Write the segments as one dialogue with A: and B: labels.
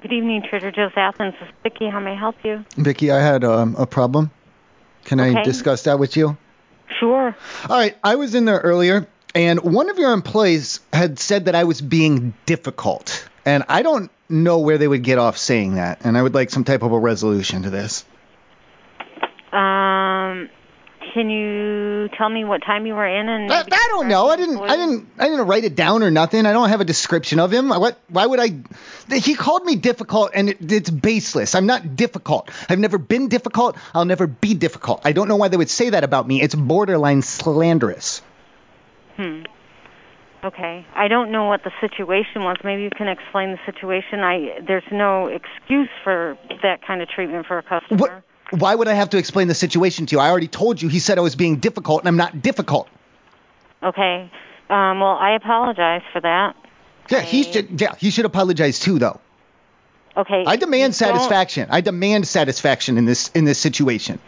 A: Good evening, Trader Joe's Athens. This is Vicki. How may I help you?
B: Vicki, I had um, a problem. Can I
A: Okay.
B: discuss that with you?
A: Sure.
B: All right, I was in there earlier, and one of your employees had said that I was being difficult, and I don't know where they would get off saying that, and I would like some type of a resolution to this.
A: Um, can you tell me what time you were in? And
B: I, I don't know. I didn't. I didn't. I didn't write it down or nothing. I don't have a description of him. What? Why would I? He called me difficult, and it, it's baseless. I'm not difficult. I've never been difficult. I'll never be difficult. I don't know why they would say that about me. It's borderline slanderous.
A: Hmm. Okay. I don't know what the situation was. Maybe you can explain the situation. I there's no excuse for that kind of treatment for a customer.
B: What? Why would I have to explain the situation to you? I already told you. He said I was being difficult, and I'm not difficult.
A: Okay. Um, well, I apologize for that.
B: Yeah, he should. Yeah, he should apologize too, though.
A: Okay.
B: I
A: if
B: demand
A: you don't-
B: satisfaction. I demand satisfaction in this in this situation.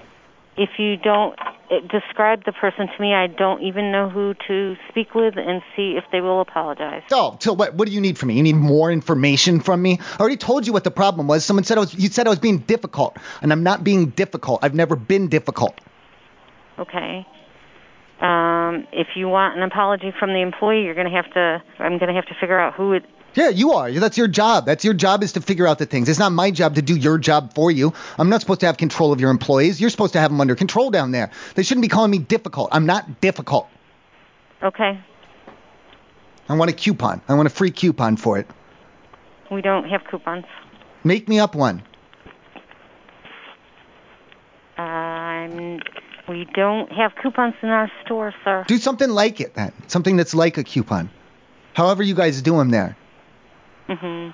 A: If you don't uh, describe the person to me, I don't even know who to speak with and see if they will apologize.
B: Oh, so what? What do you need from me? You need more information from me? I already told you what the problem was. Someone said I was. You said I was being difficult, and I'm not being difficult. I've never been difficult.
A: Okay. Um, if you want an apology from the employee, you're going to have to. I'm going to have to figure out who it.
B: Yeah, you are. That's your job. That's your job is to figure out the things. It's not my job to do your job for you. I'm not supposed to have control of your employees. You're supposed to have them under control down there. They shouldn't be calling me difficult. I'm not difficult.
A: Okay.
B: I want a coupon. I want a free coupon for it.
A: We don't have coupons.
B: Make me up one.
A: Um, we don't have coupons in our store, sir.
B: Do something like it then. Something that's like a coupon. However you guys do them there.
A: hmm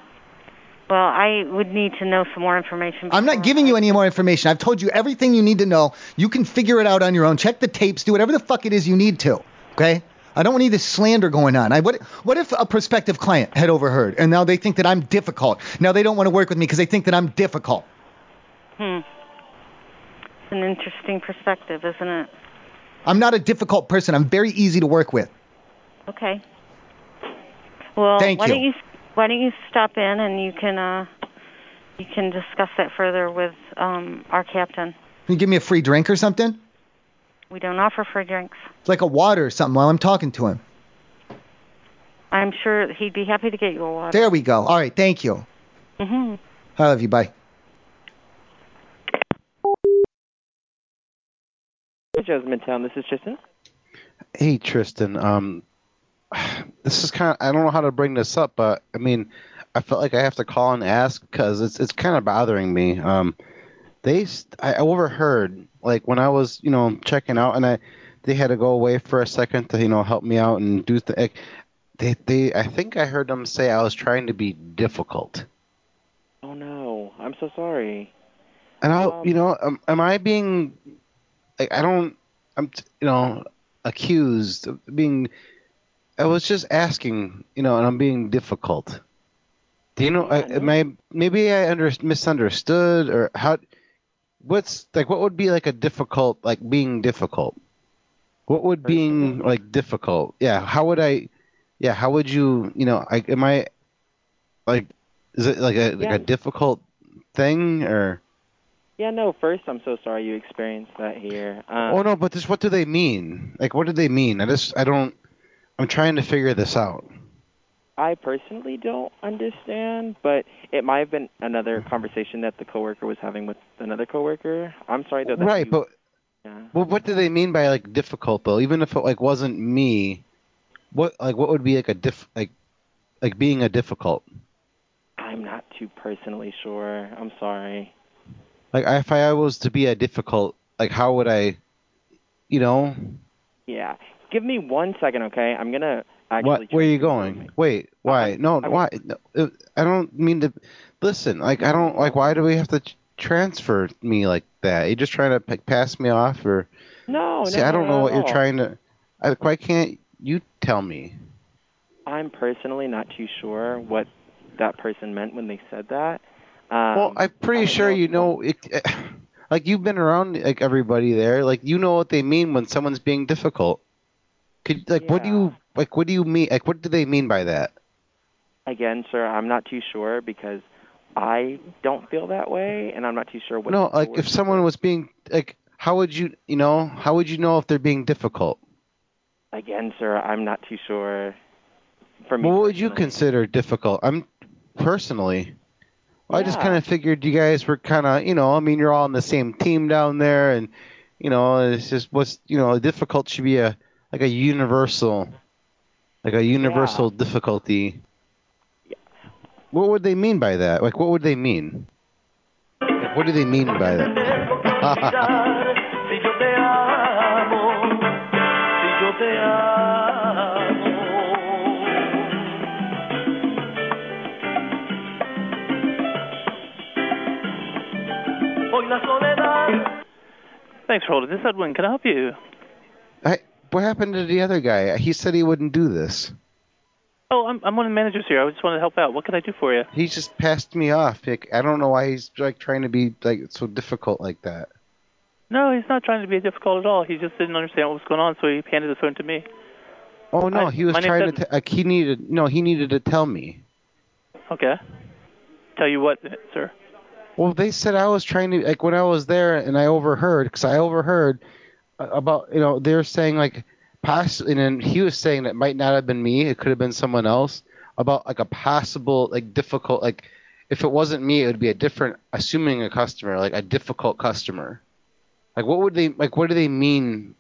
A: Well, I would need to know some more information.
B: I'm not giving you any more information. I've told you everything you need to know. You can figure it out on your own. Check the tapes. Do whatever the fuck it is you need to. Okay? I don't want any of this slander going on. I, what, what if a prospective client had overheard and now they think that I'm difficult? Now they don't want to work with me because they think that I'm difficult.
A: Hmm. It's an interesting perspective, isn't it?
B: I'm not a difficult person. I'm very easy to work with.
A: Okay. Well,
B: Thank
A: why
B: you.
A: don't you why don't you stop in and you can uh you can discuss that further with um our captain.
B: Can you give me a free drink or something?
A: We don't offer free drinks.
B: Like a water or something while I'm talking to him.
A: I'm sure he'd be happy to get you a water.
B: There we go. All right. Thank you.
A: hmm
B: I love you. Bye.
C: Joe's Midtown. This is Tristan.
D: Hey Tristan, um, this is kind of I don't know how to bring this up, but I mean, I felt like I have to call and ask because it's it's kind of bothering me. Um, they s- I I overheard like when I was you know checking out and I they had to go away for a second to you know help me out and do the they they I think I heard them say I was trying to be difficult.
C: Oh no, I'm so sorry.
D: And I, will you know, am, am I being, like, I don't, I'm, t- you know, accused of being. I was just asking, you know, and I'm being difficult. Do you know? I, am I maybe I under, misunderstood or how? What's like? What would be like a difficult, like being difficult? What would being like difficult? Yeah. How would I? Yeah. How would you? You know, I am I, like, is it like a like
C: Yeah.
D: a difficult thing or?
C: Yeah, no. First, I'm so sorry you experienced that here. Um,
D: Oh no, but this what do they mean? Like what do they mean? I just I don't I'm trying to figure this out.
C: I personally don't understand, but it might have been another conversation that the coworker was having with another coworker. I'm sorry though. That
D: right,
C: you-
D: but
C: yeah.
D: well, what do they mean by like difficult though? Even if it like wasn't me, what like what would be like a diff like like being a difficult?
C: I'm not too personally sure. I'm sorry.
D: Like if I was to be a difficult, like how would I you know?
C: Yeah. Give me one second, okay? I'm gonna actually.
D: What where are you going? Wait, why? No, why? No, uh, I don't mean to listen. Like I don't like why do we have to tr- transfer me like that? You just trying to like, pass me off or
C: No,
D: See,
C: Oh, no.
D: I don't
C: no,
D: know
C: no,
D: what
C: no.
D: you're trying to. I, why can't you tell me?
C: I'm personally not too sure what that person meant when they said that. Um,
D: well, I'm pretty sure you know. It, like you've been around like everybody there. Like you know what they mean when someone's being difficult. Could like what do you like what do you mean like what do they mean by that?
C: Again, sir, I'm not too sure because I don't feel that way, and I'm not too sure what.
D: No,
C: the
D: like
C: word-
D: if someone was being like, how would you, you know, how would you know if they're being difficult?
C: Again, sir, I'm not too sure. For me,
D: Well, what would you
C: personally.
D: consider difficult? I'm personally, I just
C: Yeah.
D: kind of figured you guys were kind of, you know, I mean, you're all on the same team down there, and you know, it's just what's, you know, difficult should be a like a universal, like a universal difficulty. What would they mean by that? Like, what would they mean? Like, what do they mean by that?
E: Si yo te amo, si yo te amo. Hoy la soledad.
F: Thanks for holding. This is Edwin. Can I help you?
D: I, what happened to the other guy? He said he wouldn't do this.
F: Oh, I'm, I'm one of the managers here. I just wanted to help out. What can I do for you?
D: He just passed me off. Like, I don't know why he's like trying to be like so difficult like that.
F: No, he's not trying to be difficult at all. He just didn't understand what was going on, so he handed the phone to me.
D: Oh no,
F: I-
D: he was
F: my name's
D: trying to
F: Evan.
D: t- like he needed no, he needed to tell me.
F: Okay. Tell you what, sir.
D: Well, they said I was trying to like when I was there and I overheard because I overheard uh, about you know they're saying like possibly and then he was saying it might not have been me, it could have been someone else about like a possible like difficult like if it wasn't me, it would be a different assuming a customer like a difficult customer. Like what would they like? What do they mean?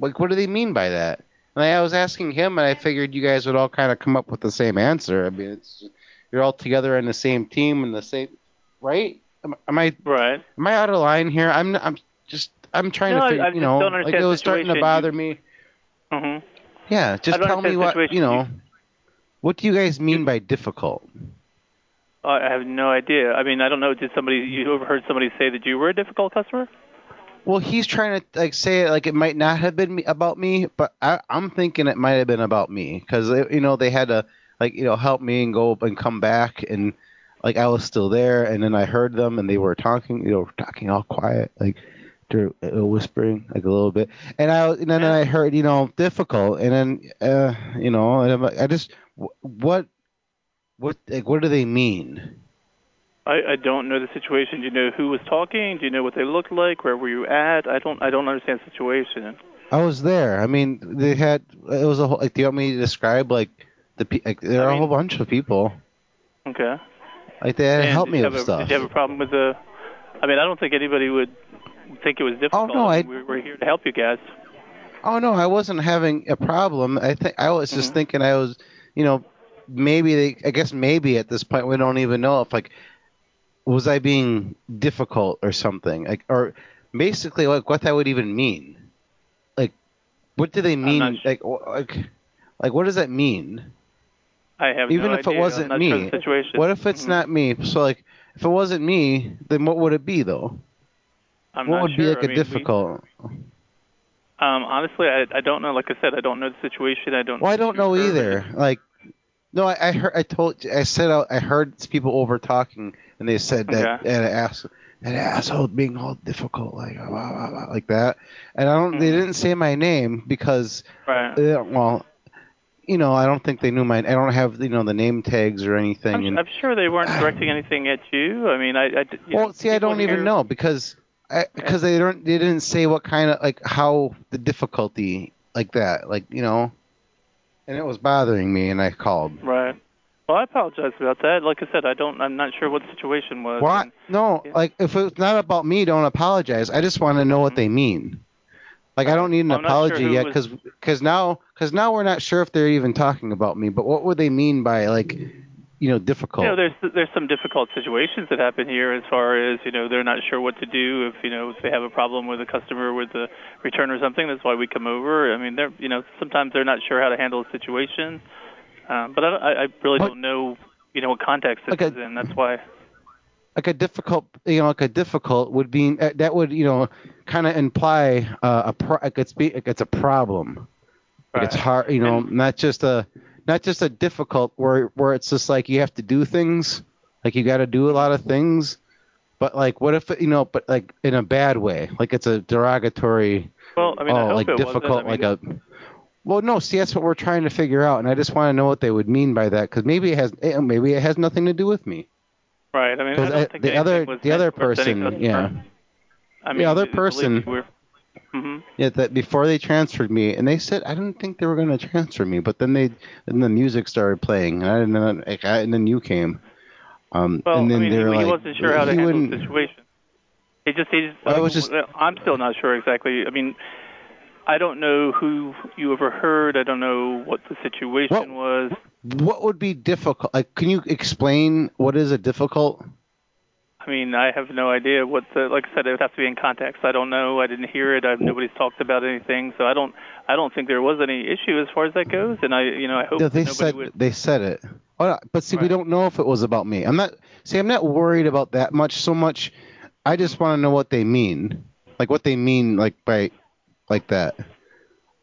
D: Like what do they mean by that? And I was asking him, and I figured you guys would all kind of come up with the same answer. I mean, it's you're all together in the same team and the same, right? Am, am I
F: Right.
D: am I out of line here? I'm I'm just I'm trying
F: No, I-
D: to figure
F: I
D: you
F: just
D: know
F: don't
D: like
F: understand
D: it
F: the
D: was starting to
F: situation.
D: bother me.
F: Mm-hmm.
D: Yeah, just
F: don't
D: tell me
F: understand the
D: what you
F: situation.
D: know. What do you guys mean by difficult?
F: I I have no idea. I mean, I don't know. Did somebody you overheard somebody say that you were a difficult customer?
D: Well, he's trying to like say it like it might not have been me, about me, but I, I'm thinking it might have been about me because you know they had to like you know help me and go up and come back and like I was still there and then I heard them and they were talking you know talking all quiet like they're uh, whispering like a little bit and I and then I heard you know difficult and then uh you know and I'm like I just wh- what what like what do they mean?
F: I, I don't know the situation. Do you know who was talking? Do you know what they looked like? Where were you at? I don't I don't understand the situation.
D: I was there. I mean, they had it was a whole like. Do you want me to describe like the pe- like there are a whole bunch of people
F: Okay.
D: like they had to
F: And
D: help
F: did
D: me
F: you
D: with
F: have a,
D: stuff.
F: Did you have a problem with the? I mean, I don't think anybody would think it was difficult.
D: Oh, no, I-
F: we're, we're here to help you guys.
D: Oh no, I wasn't having a problem. I think I was
F: Mm-hmm.
D: just thinking I was, you know, maybe they. I guess maybe at this point we don't even know if like was I being difficult or something like or basically like what that would even mean. Like, what do they mean?
F: not
D: Like, wh- like, like what does that mean?
F: I have
D: even
F: no
D: if
F: idea.
D: it
F: I'm
D: wasn't
F: not
D: me
F: Sure the situation. Mm-hmm.
D: what if it's not me so like if it wasn't me then what would it be though
F: I'm
D: what
F: not
D: would
F: sure.
D: be like
F: I
D: a
F: mean, we-
D: difficult
F: um, honestly, I I don't know. Like I said, I don't know the situation. I don't.
D: well i don't
F: who
D: know
F: heard
D: either
F: it.
D: like no i, I heard i told i said I, I heard people over talking and they said that
F: Okay.
D: that ass that asshole being all difficult like blah, blah, blah, like that and i don't they didn't say my name because
F: Mm-hmm. Right.
D: uh, well you know i don't think they knew my i don't have you know the name tags or anything and,
F: I'm, I'm sure they weren't directing anything at you. I mean, I. I you know,
D: Well, see, I
F: people
D: don't even
F: here-
D: know because I because they don't they didn't say what kind of like how the difficulty like that like you know, and it was bothering me and I called.
F: Right. Well, I apologize about that. Like I said, I don't. I'm not sure what the situation was.
D: Why?
F: and-
D: No, like if it's not about me, don't apologize. I just want to know what they mean. Like I don't need an
F: Mm-hmm. I'm not sure
D: apology
F: who
D: yet
F: was-
D: because now because now we're not sure if they're even talking about me. But what would they mean by like you know difficult?
F: You know, there's there's some difficult situations that happen here as far as you know they're not sure what to do if you know if they have a problem with a customer with a return or something. That's why we come over. I mean, they're you know sometimes they're not sure how to handle a situation, um, but I, don't- I I really
D: What-
F: don't know you know what context this
D: Okay.
F: is in. That's why.
D: like a difficult you know like a difficult would be uh, that would you know kind of imply uh, a pro- like it's be like it's a problem like it's
F: Right.
D: hard you know not just a not just a difficult where where it's just like you have to do things like you got to do a lot of things but like what if you know but like in a bad way like it's a derogatory
F: Well, I mean, I
D: oh
F: hope
D: like
F: it
D: difficult
F: wasn't. I mean,
D: like a well no see that's what we're trying to figure out and i just want to know what they would mean by that because maybe it has eh, maybe it has nothing to do with me
F: Right. I mean, I
D: 'Cause
F: don't
D: I-
F: think
D: the
F: anything
D: other-
F: was
D: the other
F: misrepresenting
D: person,
F: customer.
D: yeah.
F: I mean,
D: The other
F: believe me,
D: person-
F: We're, hmm
D: Yeah, that before they transferred me, and they said I didn't think they were going to transfer me, but then they and the music started playing, and I didn't know, like, I, and then you came. Um,
F: Well,
D: and then
F: I mean,
D: they
F: he,
D: were
F: he
D: like,
F: wasn't sure how to
D: "You
F: handle
D: wouldn't-
F: the situation. It just, he just, uh,
D: Well, I was just-
F: I'm still not sure exactly. I mean, I don't know who you overheard. I don't know what the situation was.
D: What would be difficult? Like, can you explain what is a difficult?
F: I mean, I have no idea what the. Like I said, it would have to be in context. I don't know. I didn't hear it. I've, nobody's talked about anything, so I don't. I don't think there was any issue as far as that goes. And I, you know, I hope
D: No,
F: that
D: they
F: Oh, nobody
D: said
F: would.
D: they said it. Oh, no, but see, we
F: Right.
D: don't know if it was about me. I'm not. See, I'm not worried about that much. So much, I just want to know what they mean, like what they mean, like by, like that.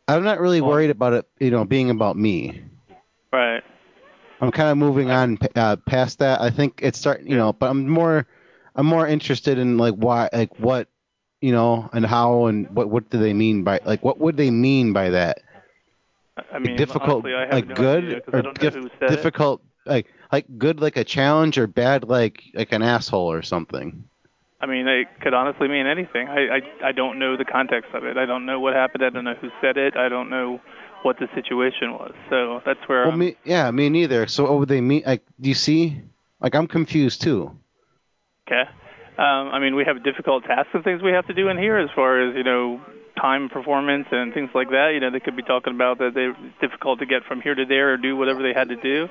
D: I'm not really worried about it, you know, being about me.
F: Right.
D: I'm kind of moving on uh, past that. I think it's starting, you know, but I'm more, I'm more interested in like why, like what, you know, and how, and what, what do they mean by, like, what would they mean by that?
F: I mean,
D: difficult,
F: honestly, I have
D: like
F: no
D: good,
F: idea 'cause I
D: or
F: don't know
D: dif-
F: who said it.
D: difficult, like, like good, like a challenge, or bad, like, like an asshole or something.
F: I mean, it could honestly mean anything. I, I I don't know the context of it. I don't know what happened. I don't know who said it. I don't know what the situation was. So that's where
D: Well,
F: I'm-
D: me, yeah, me neither. So what would they mean? Like, do you see? Like, I'm confused too.
F: okay. Um, I mean, we have difficult tasks and things we have to do in here as far as you know time performance and things like that. You know, they could be talking about that they it's difficult to get from here to there or do whatever they had to do.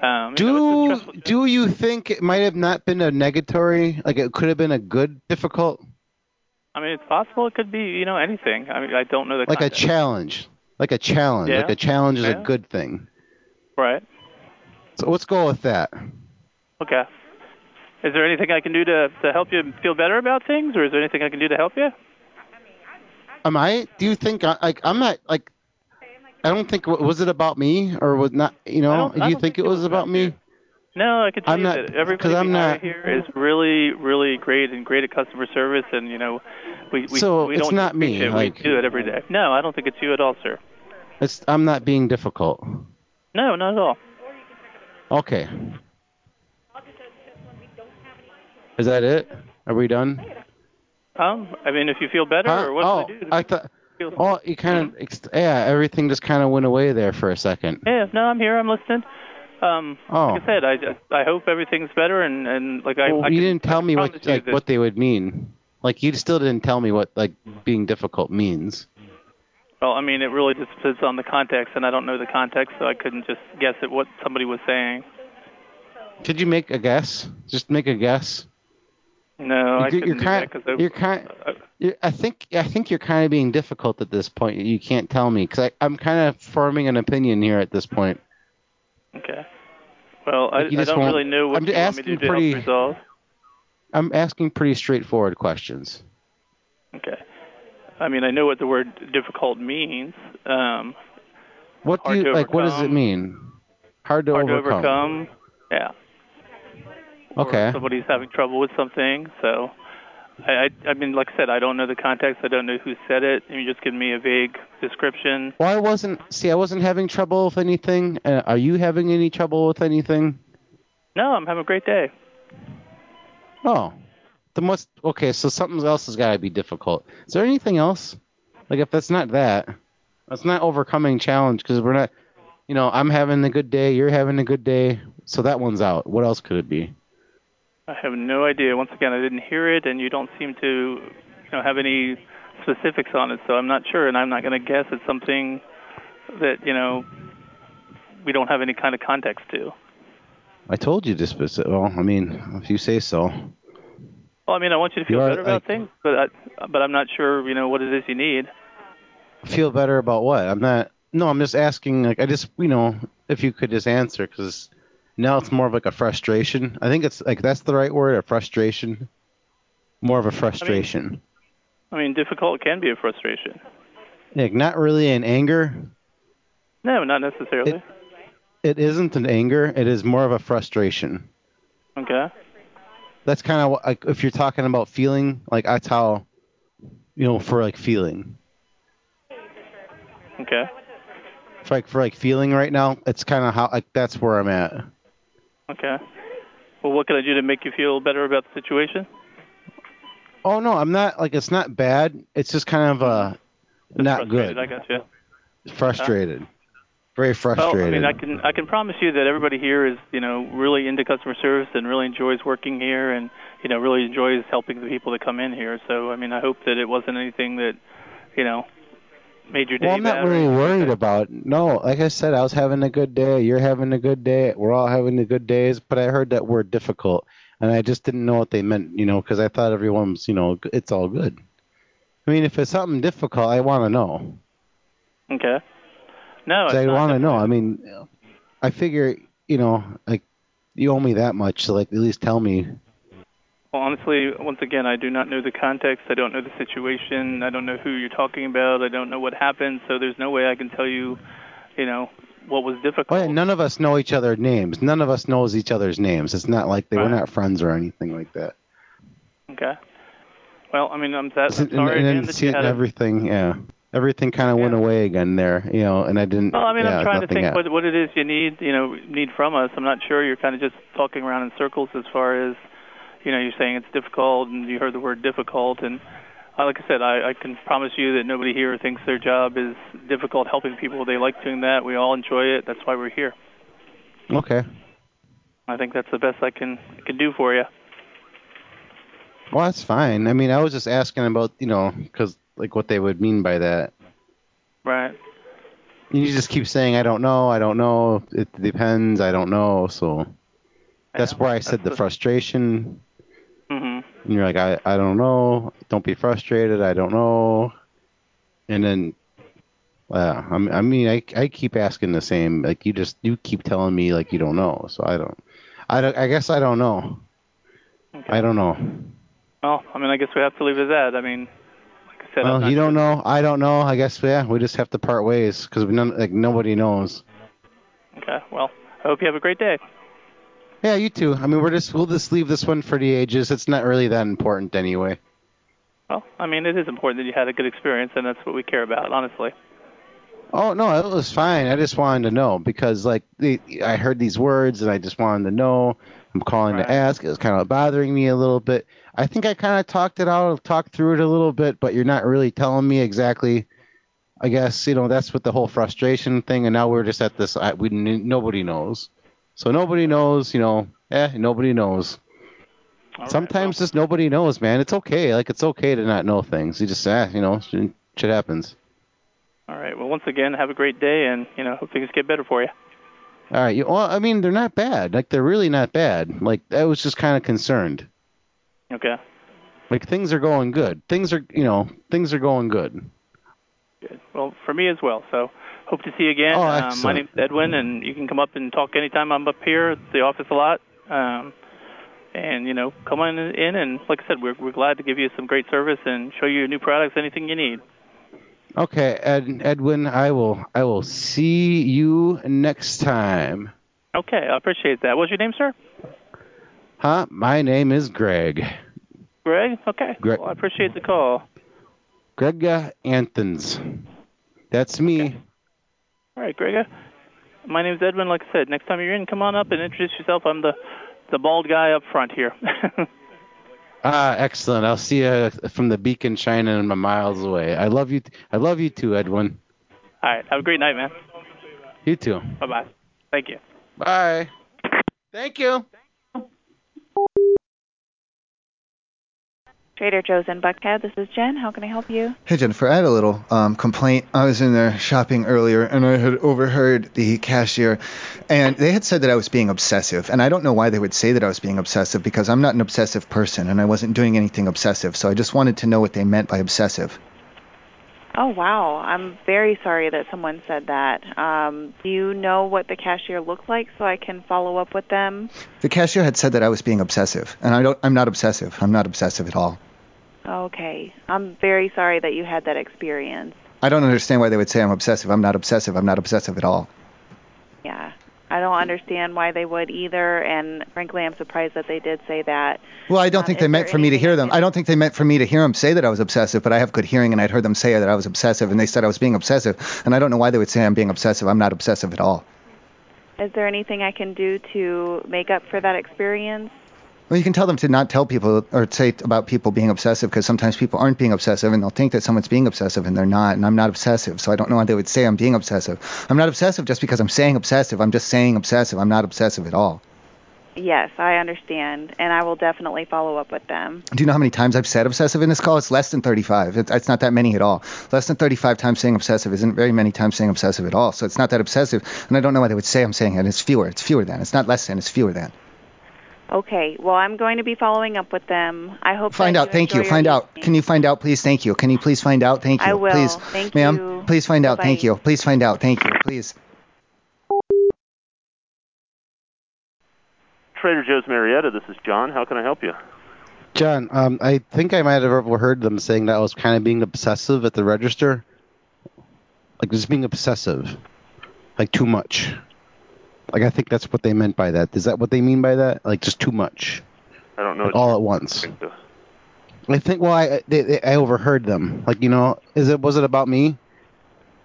F: Um, you know,
D: Do
F: it's a stressful
D: do you think it might have not been a negatory? Like, it could have been a good difficult.
F: I mean, it's possible it could be you know anything. I mean, I don't know the
D: like a
F: context.
D: challenge like a challenge
F: Yeah.
D: like a challenge is
F: Yeah.
D: a good thing
F: right.
D: so let's go with that
F: Okay. Is there anything I can do to to help you feel better about things, or is there anything I can do to help you?
D: am i do you think I, like i'm not like i don't think was it about me or was not you
F: I
D: know
F: don't-
D: do
F: I
D: you
F: don't
D: think it was about me
F: No, I can tell
D: I'm
F: you
D: not-
F: that
D: 'cause
F: everybody
D: I'm
F: we hire
D: not-
F: here is really, really great and great at customer service, and you know, we we
D: So
F: we
D: it's
F: don't
D: not me,
F: preach it,
D: like-
F: we do it every day. No, I don't think it's you at all, sir.
D: it's i'm not being difficult
F: No, not at all.
D: okay is that it are we done
F: Um, I mean, if you feel better,
D: Huh?
F: or what
D: oh
F: do I do? To
D: i thought
F: feel-
D: oh you kind of yeah everything just kind of went away there for a second
F: Yeah, no, I'm here. I'm listening. Um,
D: Oh.
F: like I said, I just, I hope everything's better, and and like I,
D: well,
F: I
D: you
F: can-
D: didn't tell
F: I
D: me
F: promise
D: what
F: you
D: like
F: that-
D: what they would mean. Like you still didn't tell me what like being difficult means.
F: Well, I mean, it really just depends on the context, and I don't know the context, so I couldn't just guess at what somebody was saying.
D: Could you make a guess? Just make a guess.
F: No, I
D: you're,
F: couldn't
D: you're
F: do
D: kind.
F: that 'cause I,
D: you're kind.
F: I,
D: You're, I think. I think you're kind of being difficult at this point. You can't tell me because I'm kind of forming an opinion here at this point.
F: Okay. Well, I,
D: Like, you
F: I
D: just
F: don't
D: won't-
F: really know what
D: I'm
F: you
D: just
F: want me to
D: asking
F: do
D: pretty-
F: to help resolve.
D: I'm asking pretty straightforward questions.
F: Okay. I mean, I know what the word difficult means. Um,
D: What do
F: Hard
D: you
F: to
D: like? What does it
F: overcome.
D: mean? Hard to
F: hard
D: overcome.
F: to overcome. Yeah.
D: Okay.
F: Or somebody's having trouble with something. So, I, I, I mean, like I said, I don't know the context. I don't know who said it. You're just giving me a vague description.
D: Well, I wasn't. See, I wasn't having trouble with anything. Uh, are you having any trouble with anything?
F: No, I'm having a great day.
D: Oh, the most okay. So something else has got to be difficult. Is there anything else? Like if that's not that, that's not overcoming challenge because we're not. You know, I'm having a good day. You're having a good day. So that one's out. What else could it be?
F: I have no idea. Once again, I didn't hear it, and you don't seem to you know, have any specifics on it, so I'm not sure, and I'm not going to guess at something that you know we don't have any kind of context to.
D: I told you to specific. Well, I mean, if you say so.
F: Well, I mean, I want you to feel
D: You are,
F: better about
D: like-
F: things, but I, but I'm not sure you know what it is you need.
D: Feel better about what? I'm not. No, I'm just asking. Like I just, you know, if you could just answer because now it's more of like a frustration. I think it's like that's the right word. A frustration. More of a frustration.
F: I mean, difficult can be a frustration.
D: Like not really an anger.
F: No, not necessarily.
D: It- It isn't an anger. It is more of a frustration.
F: okay.
D: That's kind of what, like if you're talking about feeling, like that's how, you know, for like feeling,
F: Okay.
D: for like for like feeling right now, it's kind of how like that's where I'm at.
F: Okay. well, what can I do to make you feel better about the situation?
D: Oh no, I'm not like it's not bad. It's just kind of uh not
F: Frustrated,
D: good.
F: I got you.
D: Frustrated. Very
F: Well, I
D: frustrated.
F: mean, I can I can promise you that everybody here is you know really into customer service and really enjoys working here and you know really enjoys helping the people that come in here. So I mean, I hope that it wasn't anything that you know made your day
D: well, I'm
F: bad.
D: not
F: or
D: really
F: anything.
D: worried about. No, like I said, I was having a good day. You're having a good day. We're all having the good days. But I heard that word difficult, and I just didn't know what they meant. You know, because I thought everyone was, you know, g- it's all good. I mean, if it's something difficult, I want to know.
F: Okay. No,
D: 'Cause
F: it's
D: I
F: not.
D: want to know. I mean, I figure, you know, like you owe me that much, so like at least tell me.
F: Well, honestly, once again, I do not know the context. I don't know the situation. I don't know who you're talking about. I don't know what happened. So there's no way I can tell you, you know, what was difficult.
D: Oh, yeah, none of us know each other's names. None of us knows each other's names. It's not like they were not friends or anything like that.
F: Okay. Well, I mean, I'm, that, I'm
D: And- and,
F: sorry
D: and
F: again
D: then
F: that
D: see
F: you had. a-
D: everything, yeah. Everything kind of went away again there, you know, and I didn't.
F: Well, I mean,
D: yeah,
F: I'm trying to
D: nothing
F: think
D: happened.
F: what what it is you need, you know, need from us. I'm not sure. You're kind of just talking around in circles as far as, you know, you're saying it's difficult, and you heard the word difficult, and uh, like I said, I, I can promise you that nobody here thinks their job is difficult. Helping people, they like doing that. We all enjoy it. That's why we're here.
D: Okay.
F: I think that's the best I can can do for you.
D: Well, that's fine. I mean, I was just asking about, you know, because like what they would mean by that.
F: Right.
D: You just keep saying, I don't know, I don't know. It depends. I don't know. So that's where I said the frustration.
G: Mm-hmm.
F: Mhm.
D: And you're like, I, I don't know. Don't be frustrated. I don't know. And then, uh, I mean- I mean, I, I keep asking the same. Like you just you keep telling me like you don't know. So I don't. I don't. I guess I don't know. I don't know.
F: Well, I mean, I guess we have to leave it at that. I mean, like I said, I'm
D: Well,
F: not
D: you don't know. I don't know. I guess yeah. We just have to part ways because none like nobody knows.
F: Okay. Well, I hope you have a great day.
D: Yeah, you too. I mean, we're just we'll just leave this one for the ages. It's not really that important anyway.
F: Well, I mean, it is important that you had a good experience, and that's what we care about, honestly.
D: Oh no, it was fine. I just wanted to know because like the, I heard these words and I just wanted to know. I'm calling to ask. It was kind of bothering me a little bit. I think I kind of talked it out, talked through it a little bit, but you're not really telling me exactly. I guess you know that's what the whole frustration thing, and now we're just at this. I, we n- nobody knows, so nobody knows. You know, eh, nobody knows. Sometimes just nobody knows, man. It's okay. Like it's okay to not know things. You just, eh, you know, shit shit happens.
F: All right. Well, once again, have a great day, and you know, hope things get better for you.
D: All right. you- Well, I mean, they're not bad. Like they're really not bad. Like I was just kind of concerned.
F: Okay.
D: Like things are going good. Things are, you know, things are going good.
F: Well, for me as well. So, hope to see you again.
D: Oh,
F: um, my
D: excellent.
F: name's Edwin, and you can come up and talk anytime I'm up here at the office a lot. Um, and you know, come on in, and like I said, we're we're glad to give you some great service and show you new products, anything you need.
D: Okay, Ed, Edwin, I will, I will see you next time.
F: Okay, I appreciate that. What's your name, sir?
D: Huh? My name is Greg.
F: Greg. Okay.
D: Greg.
F: Well, I appreciate the call.
D: Greg Anthons. That's me.
F: All right, Greg. My name's Edwin. Like I said, next time you're in, come on up and introduce yourself. I'm the the bald guy up front here.
D: Ah, excellent. I'll see you from the beacon shining in my miles away. I love you. t- I love you too, Edwin.
F: All right. Have a great night, man.
D: You too.
F: Bye bye. Thank you.
D: Bye. Thank you.
G: Trader Joe's in Buckhead. This is Jen. How can I help you?
B: Hey Jennifer, I had a little um, complaint. I was in there shopping earlier, and I had overheard the cashier, and they had said that I was being obsessive. And I don't know why they would say that I was being obsessive because I'm not an obsessive person, and I wasn't doing anything obsessive. So I just wanted to know what they meant by obsessive.
G: Oh wow, I'm very sorry that someone said that. Um, do you know what the cashier looked like so I can follow up with them?
B: The cashier had said that I was being obsessive, and I don't. I'm not obsessive. I'm not obsessive at all.
G: Okay, I'm very sorry that you had that experience.
B: I don't understand why they would say I'm obsessive. I'm not obsessive. I'm not obsessive at all.
G: Yeah, I don't understand why they would either, and frankly, I'm surprised that they did say that.
B: Well, I don't think they meant for me to hear them. I don't think they meant for me to hear them say that I was obsessive, but I have good hearing and I'd heard them say that I was obsessive and they said I was being obsessive. And I don't know why they would say I'm being obsessive. I'm not obsessive at all.
G: Is there anything I can do to make up for that experience?
B: Well, you can tell them to not tell people or say about people being obsessive because sometimes people aren't being obsessive and they'll think that someone's being obsessive and they're not. And I'm not obsessive, so I don't know why they would say I'm being obsessive. I'm not obsessive just because I'm saying obsessive. I'm just saying obsessive. I'm not obsessive at all.
G: Yes, I understand, and I will definitely follow up with them.
B: Do you know how many times I've said obsessive in this call? It's less than 35. It's, it's not that many at all. Less than 35 times saying obsessive isn't very many times saying obsessive at all. So it's not that obsessive. And I don't know why they would say I'm saying it. It's fewer. It's fewer than. It's not less than. It's fewer than.
G: Okay, well, I'm going to be following up with them. I hope.
B: Find
G: that
B: out. Thank you.
G: enjoy your
B: Find out.
G: evening.
B: Can you find out, please? Thank you. Can you please find out? Thank you.
G: I will.
B: Please,
G: Thank
B: ma'am.
G: you.
B: Please find out. Thank
G: Bye-bye.
B: you. Please find out. Thank you. Please.
H: Trader Joe's Marietta. This is John. How can I help you?
D: John, um, I think I might have overheard them saying that I was kind of being obsessive at the register. Like, just being obsessive. Like, too much. Like, I think that's what they meant by that. Is that what they mean by that? Like, just too much.
H: I don't know.
D: Oh, Like, all at once. I think, well, I, they, they, I overheard them. Like, you know, is it was it about me?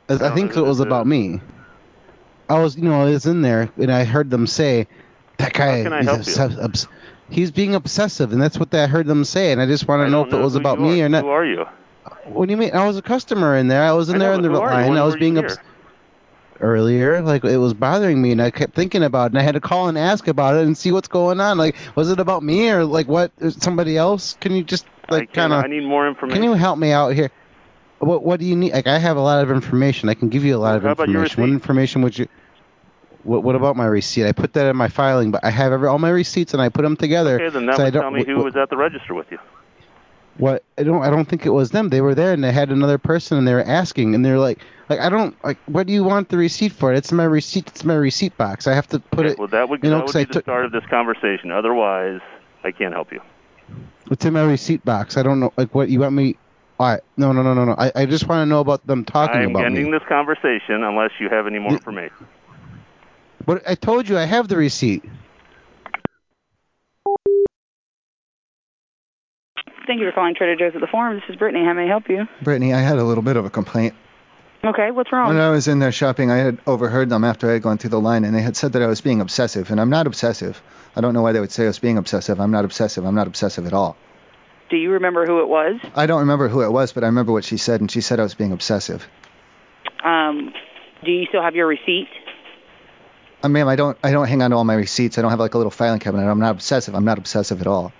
D: I, I think it was about me. I was, you know, I was in there, and I heard them say, that guy,
H: can I
D: is
H: help you?
D: obsess- obs- he's being obsessive, and that's what I heard them say, and I just want to know if it was about me or not.
H: Who are you?
D: What do you mean? I was a customer in there. I was in
H: I
D: there
H: know,
D: in the
H: who are you?
D: line.
H: When
D: I was
H: were you
D: being
H: here?
D: obs- earlier. Like it was bothering me, and I kept thinking about it. And I had to call and ask about it and see what's going on. Like, was it about me or like what? is Somebody else? Can you just like
H: I, can't-
D: kind
H: I
D: of?
H: need more
D: Can
H: information.
D: you help me out here? What What do you need? Like, I have a lot of information. I can give you a lot of
H: How about your
D: information. What information would you? What What about my receipt? I put that in my filing, but I have every, all my receipts and I put them together.
H: okay, then that
D: so I
H: would
D: don't-
H: tell me
D: wh-
H: who
D: wh-
H: was at the register with you.
D: what I don't I don't think it was them. They were there and they had another person and they were asking and they're like like I don't like what do you want the receipt for? It's my receipt. It's my receipt box. I have to put
H: Okay,
D: it.
H: well, that would,
D: you know,
H: that would
D: 'cause
H: be
D: I
H: the
D: took-
H: start of this conversation. Otherwise, I can't help you.
D: It's in my receipt box. I don't know like what you want me. All right. No no no no no. I, I just want to know about them talking
H: I'm
D: about
H: ending
D: me.
H: this conversation unless you have any more
D: Th-
H: information.
D: But I told you I have the receipt.
I: Thank you for calling Trader Joe's at the Forum. This is Brittany. How may I help you?
B: Brittany, I had a little bit of a complaint.
I: Okay, what's wrong?
B: When I was in there shopping, I had overheard them after I had gone through the line, and they had said that I was being obsessive, and I'm not obsessive. I don't know why they would say I was being obsessive. I'm not obsessive. I'm not obsessive at all.
I: Do you remember who it was?
B: I don't remember who it was, but I remember what she said, and she said I was being obsessive.
I: Um, do you still have your receipt?
B: Uh, ma'am, I don't, I don't hang on to all my receipts. I don't have like a little filing cabinet. I'm not obsessive. I'm not obsessive at all.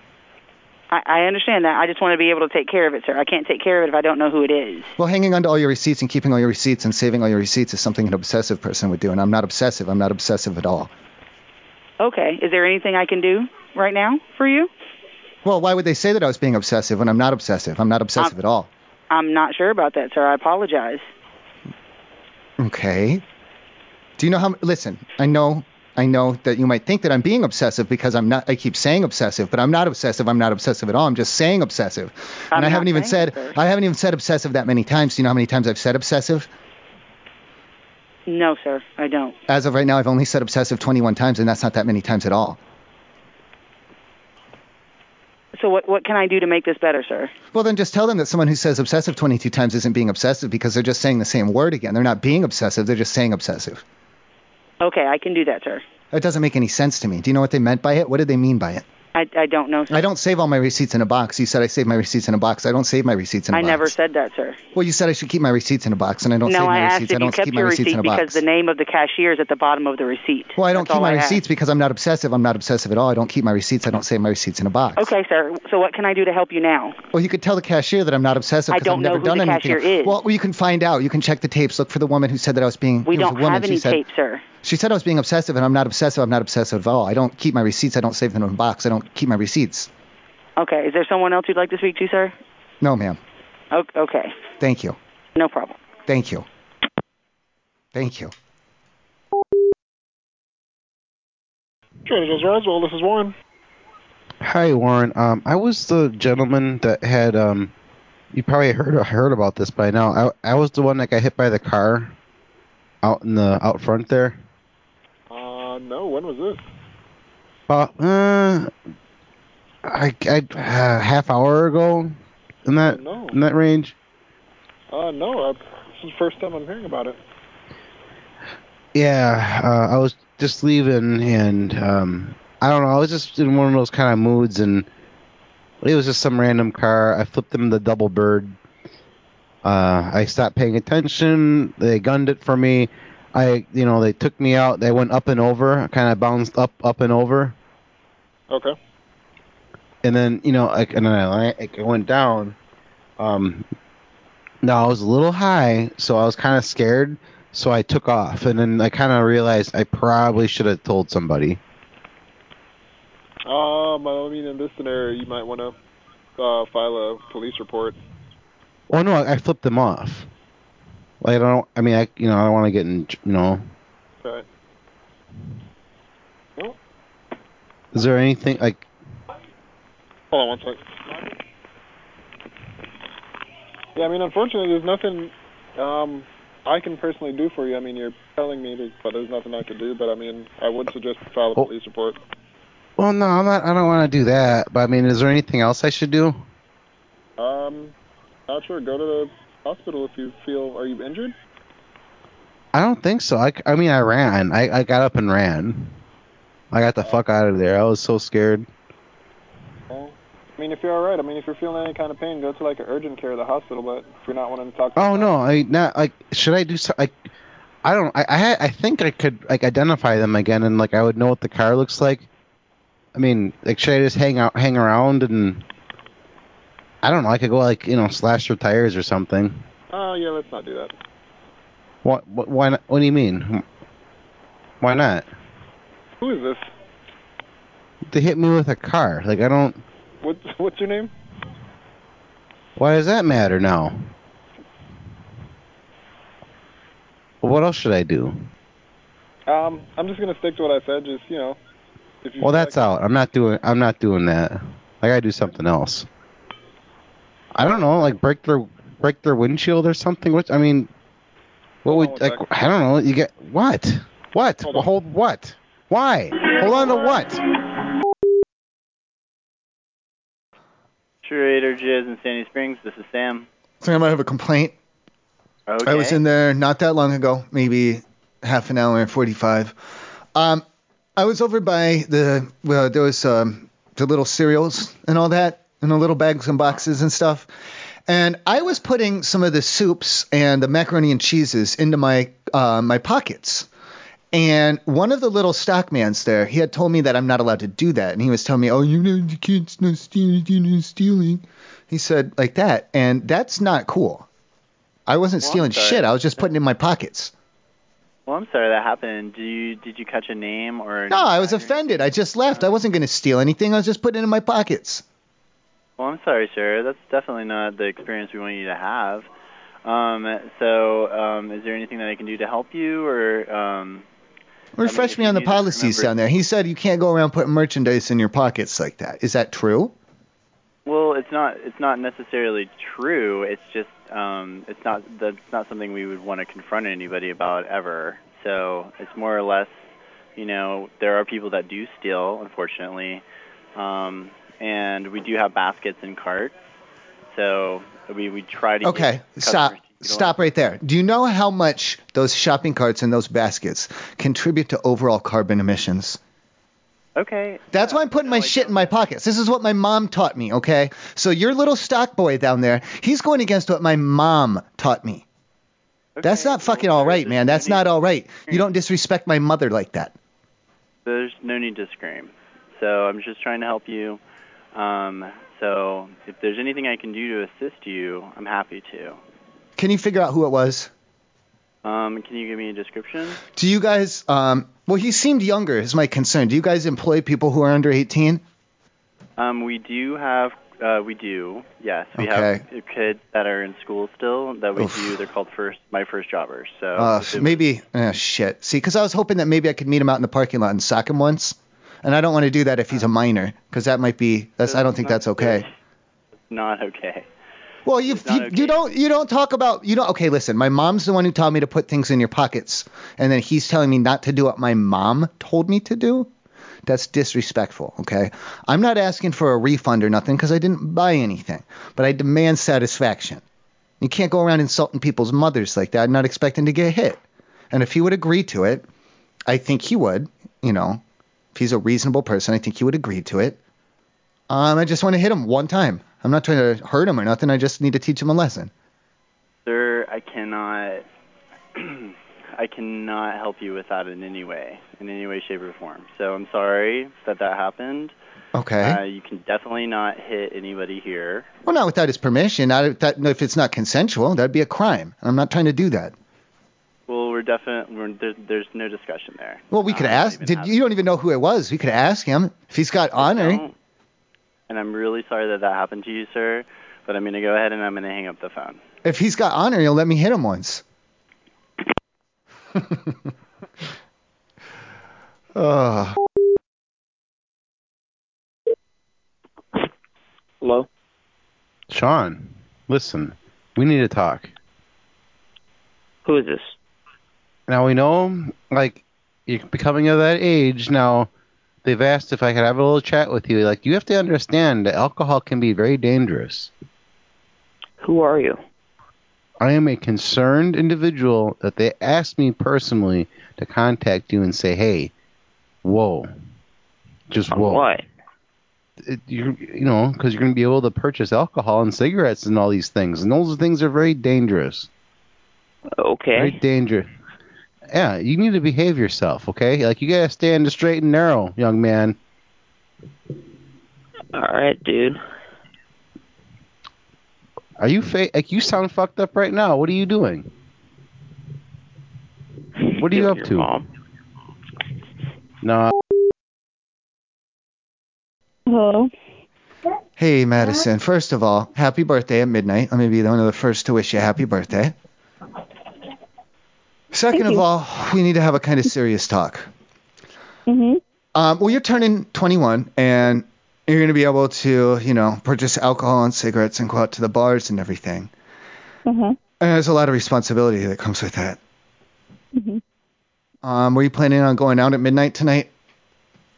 I: I, I understand that. I just want to be able to take care of it, sir. I can't take care of it if I don't know who it is.
B: Well, hanging on to all your receipts and keeping all your receipts and saving all your receipts is something an obsessive person would do, and I'm not obsessive. I'm not obsessive at all.
I: Okay, is there anything I can do right now for you?
B: Well, why would they say that I was being obsessive when I'm not obsessive? I'm not obsessive at all.
I: I'm not sure about that, sir. I apologize.
B: Okay. Do you know how? Listen, I know, I know that you might think that I'm being obsessive because I'm not. I keep saying obsessive, but I'm not obsessive. I'm not obsessive at all. I'm just saying obsessive,
I: I'm
B: and I
I: not
B: haven't even
I: saying
B: said
I: it, sir.
B: I haven't even said obsessive that many times. Do you know how many times I've said obsessive?
I: No, sir, I don't.
B: As of right now, I've only said obsessive 21 times, and that's not that many times at all.
I: So what what can I do to make this better, sir?
B: Well, then just tell them that someone who says obsessive 22 times isn't being obsessive because they're just saying the same word again. They're not being obsessive. They're just saying obsessive.
I: Okay, I can do that, sir.
B: That doesn't make any sense to me. Do you know what they meant by it? What did they mean by it?
I: I I don't know, sir.
B: I don't save all my receipts in a box. You said I save my receipts in a box. I don't save my receipts in a
I: I
B: box.
I: never said that, sir.
B: Well, you said I should keep my receipts in a box, and I don't
I: no,
B: save my
I: I asked
B: receipts.
I: if
B: I don't
I: you kept
B: keep my
I: your
B: receipts in
I: receipt
B: a
I: because
B: box.
I: the name of the cashier is at the bottom of the receipt.
B: well, I don't
I: That's
B: keep
I: all
B: my
I: I asked.
B: receipts because I'm not obsessive. I'm not obsessive at all. I don't keep my receipts. I don't save my receipts in a box.
I: Okay, sir. So what can I do to help you now?
B: Well, you could tell the cashier that I'm not obsessive
I: I
B: because
I: don't
B: I've
I: know
B: never
I: who
B: done
I: the
B: anything.
I: cashier is.
B: Well, you can find out. You can check the tapes. Look for the woman who said that I was being.
I: We
B: it was
I: don't
B: a woman.
I: have any
B: she said,
I: tape, sir.
B: She said I was being obsessive, and I'm not obsessive. I'm not obsessive at all. I don't keep my receipts. I don't save them in a box. I don't keep my receipts.
I: Okay. Is there someone else you'd like to speak to, sir?
B: No, ma'am.
I: O- Okay.
B: Thank you.
I: No problem.
B: Thank you. Thank you.
J: Trader Joe's Roswell, this is Warren.
D: Hi, Warren. Um, I was the gentleman that had um, you probably heard heard about this by now. I I was the one that got hit by the car, out in the out front there.
J: Uh, no, when was this?
D: About uh, I, I uh, half hour ago, in that
J: No.
D: in that range.
J: Uh, no, I, this is the first time I'm hearing about it.
D: Yeah, uh, I was just leaving, and um, I don't know. I was just in one of those kind of moods, and it was just some random car. I flipped them the double bird. Uh, I stopped paying attention. They gunned it for me. I, you know, they took me out. They went up and over. I kind of bounced up, up and over,
J: Okay.
D: and then you know, I, and then I, I went down. Um, now I was a little high, so I was kind of scared. So I took off, and then I kind of realized I probably should have told somebody.
J: Um, I mean, in this scenario, you might want to uh, file a police report.
D: Oh no, I, I flipped them off. Like I don't. I mean, I you know I don't want to get in. You know,
J: Okay. Well,
D: is there anything like?
J: hold on one sec. Yeah, I mean, unfortunately, there's nothing um, I can personally do for you. I mean, you're telling me, that, but there's nothing I can do. But I mean, I would suggest you file a
D: Oh.
J: police report.
D: Well, no, I'm not. I don't want to do that. But I mean, is there anything else I should do?
J: Um, not sure. Go to the hospital if you feel. Are you injured?
D: I don't think so. I, c- I mean, I ran. I, I got up and ran. I got the fuck out of there. I was so scared.
J: Well, I mean, if you're all right. I mean, if you're feeling any kind of pain, go to like an urgent care of the hospital. But if you're not wanting to talk,
D: Oh no, I not like. Should I do so? Like, I don't. I I, had- I think I could like identify them again, and like I would know what the car looks like. I mean, like, should I just hang out, hang around, and I don't know. I could go like you know, slash their tires or something.
J: oh yeah, let's not do that.
D: What? what why? Not, what do you mean? Why not?
J: Who is this?
D: They hit me with a car. Like, I don't.
J: What's what's your name?
D: Why does that matter now? What else should I do?
J: Um, I'm just gonna stick to what I said. Just you know, if you
D: Well, that's out. I'm not doing. I'm not doing that. I gotta do something else. I don't know, like break their break their windshield or something. Which I mean, what would like? I don't know. You get what? What? Hold, what? Why? Hold on to what?
K: Curator Jizz in Sandy Springs. This is Sam.
B: So I might have a complaint.
K: Okay.
B: I was in there not that long ago, maybe half an hour and 45. Um, I was over by the well, there was um, the little cereals and all that, and the little bags and boxes and stuff. And I was putting some of the soups and the macaroni and cheeses into my uh, my pockets. And one of the little stockmans there, he had told me that I'm not allowed to do that, and he was telling me, "Oh, you know, the kids not stealing, you know, stealing." He said like that, and that's not cool. I wasn't
K: Well, I'm
B: stealing
K: sorry.
B: shit. I was just putting it in my pockets.
K: Well, I'm sorry that happened. Do you did you catch a name or?
B: No, I was offended. I just left. I wasn't going to steal anything. I was just putting it in my pockets.
K: Well, I'm sorry, sir. That's definitely not the experience we want you to have. Um, so, um, is there anything that I can do to help you, or um,
B: Refresh me on the policies down there. He said you can't go around putting merchandise in your pockets like that. Is that true?
K: well, it's not it's not necessarily true. It's just um, it's not that's not something we would want to confront anybody about ever. So it's more or less, you know, there are people that do steal, unfortunately, um, and we do have baskets and carts. So we we try to get
B: Okay, stop. Stop right there. Do you know how much those shopping carts and those baskets contribute to overall carbon emissions?
K: Okay.
B: That's why I'm putting my shit in my pockets. This is what my mom taught me, okay? So your little stock boy down there, he's going against what my mom taught me. That's not fucking all right, man. That's not all right. You don't disrespect my mother like that.
K: There's no need to scream. So I'm just trying to help you. Um, so if there's anything I can do to assist you, I'm happy to.
B: Can you figure out who it was?
K: Um, can you give me a description?
B: Do you guys? Um, well, he seemed younger. Is my concern. Do you guys employ people who are under 18?
K: Um, we do have, uh, we do, yes, we have kids that are in school still that we do. They're called first, my first jobbers. So
B: Uh,
K: if it-
B: maybe. Uh, shit. See, because I was hoping that maybe I could meet him out in the parking lot and sock him once, and I don't want to do that if he's a minor, because that might be. That's. I don't think that's okay.
K: not okay.
B: Well, you you, you don't you don't talk about you don't. Okay, listen. My mom's the one who taught me to put things in your pockets, and then he's telling me not to do what my mom told me to do. That's disrespectful. Okay, I'm not asking for a refund or nothing because I didn't buy anything, but I demand satisfaction. You can't go around insulting people's mothers like that. I'm not expecting to get hit. And if he would agree to it, I think he would. You know, If he's a reasonable person, I think he would agree to it. Um, I just want to hit him one time. I'm not trying to hurt him or nothing. I just need to teach him a lesson.
K: Sir, I cannot. I cannot help you with that in any way, in any way, shape, or form. So I'm sorry that that happened.
B: Okay.
K: Uh, you can definitely not hit anybody here.
B: well, not without his permission. Not if, that, if it's not consensual, that'd be a crime. And I'm not trying to do that.
K: Well, we're definitely there's, there's no discussion there.
B: Well, we could ask. Did you don't even know who it was? We could ask him if he's got honor.
K: And I'm really sorry that that happened to you, sir. But I'm going to go ahead and I'm going to hang up the phone.
B: If he's got honor, he'll let me hit him once. Ugh.
D: Hello? Sean, listen, we need to talk.
L: Who is this?
D: Now we know, like, you're becoming of that age. Now, they've asked if I could have a little chat with you. Like, you have to understand that alcohol can be very dangerous.
L: Who are you?
D: I am a concerned individual that they asked me personally to contact you and say, hey, whoa. Just whoa.
L: What?
D: It, you're, you know, because you're going to be able to purchase alcohol and cigarettes and all these things. And those things are very dangerous.
L: Okay.
D: Very dangerous. Yeah, you need to behave yourself, okay? Like, you got to stay on the straight and narrow, young man.
L: All right, dude.
D: Are you fa- like you sound fucked up right now? What are you doing? What are you up to? No.
M: Hello.
B: Hey, Madison. First of all, happy birthday at midnight. Let me be one of the first to wish you happy birthday. Second
M: Thank
B: of
M: you.
B: all, we need to have a kind of serious talk.
M: Mhm.
B: Um, well, you're turning 21, and you're going to be able to, you know, purchase alcohol and cigarettes and go out to the bars and everything.
M: Mhm.
B: And there's a lot of responsibility that comes with that.
M: Mhm.
B: Um, were you planning on going out at midnight tonight?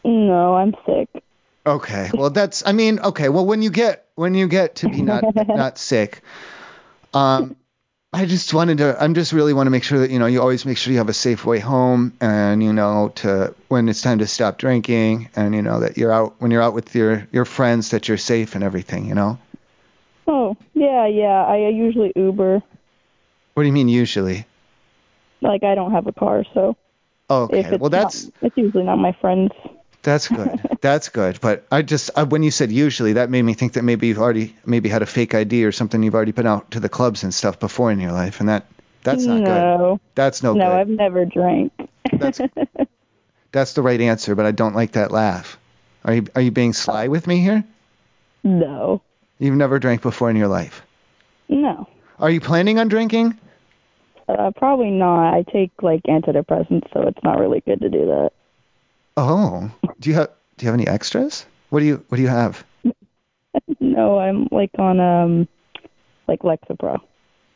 M: No, I'm sick.
B: Okay. Well, that's. I mean, okay. Well, when you get when you get to be not not sick, um, I just wanted to. I'm just really want to make sure that you know you always make sure you have a safe way home, and you know to when it's time to stop drinking, and you know that you're out when you're out with your your friends that you're safe and everything. You know.
M: Oh, yeah, yeah. I usually Uber.
B: What do you mean usually?
M: Like I don't have a car, so if
B: Okay.
M: it's
B: Well, that's
M: not, it's usually not my friends.
B: that's good. that's good. But I just I, when you said usually, that made me think that maybe you've already maybe had a fake ID or something. You've already been out to the clubs and stuff before in your life, and that that's not good.
M: no.
B: That's no,
M: No,
B: good.
M: I've never drank.
B: That's that's the right answer, but I don't like that laugh. Are you are you being sly with me here?
M: No.
B: You've never drank before in your life.
M: No.
B: Are you planning on drinking?
M: Uh, probably not. I take like antidepressants, so it's not really good to do that.
B: Oh, do you have do you have any extras? What do you what do you have?
M: no, I'm like on um like Lexapro.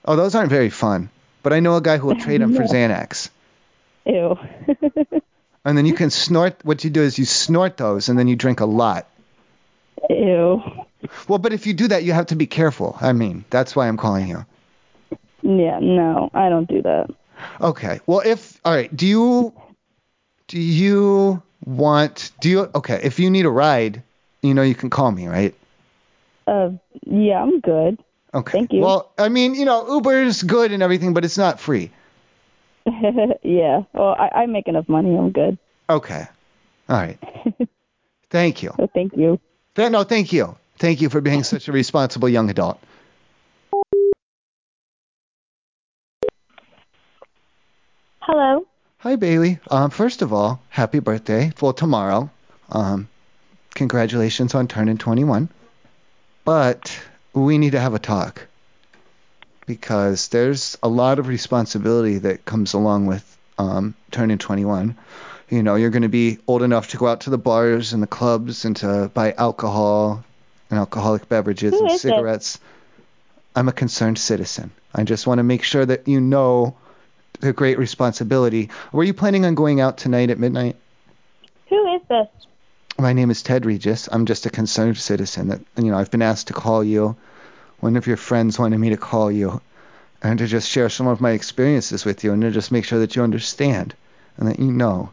B: Oh, those aren't very fun. But I know a guy who will trade them for
M: No.
B: Xanax.
M: Ew.
B: And then you can snort. What you do is you snort those, and then you drink a lot.
M: Ew.
B: Well, but if you do that, you have to be careful. I mean, that's why I'm calling you.
M: Yeah, no, I don't do that.
B: Okay. Well, if all right, do you do you want do you okay? If you need a ride, you know you can call me, right?
M: Uh, yeah, I'm good.
B: Okay.
M: Thank you.
B: Well, I mean, you know, Uber's good and everything, but it's not free.
M: yeah. Well, I, I make enough money. I'm good.
B: Okay. All right. thank you.
M: thank you.
B: no, thank you. Thank you for being such a responsible young adult.
N: Hello.
B: Hi, Bailey. Um, first of all, happy birthday. Well, tomorrow. Um, congratulations on turning 21. But we need to have a talk because there's a lot of responsibility that comes along with um, turning 21. You know, you're going to be old enough to go out to the bars and the clubs and to buy alcohol and alcoholic beverages
O: Who
B: and
O: is this?
B: cigarettes. I'm a concerned citizen. I just want to make sure that you know the great responsibility. Were you planning on going out tonight at midnight?
N: Who is this?
B: My name is Ted Regis. I'm just a concerned citizen that you know, I've been asked to call you. One of your friends wanted me to call you and to just share some of my experiences with you and to just make sure that you understand and that you know.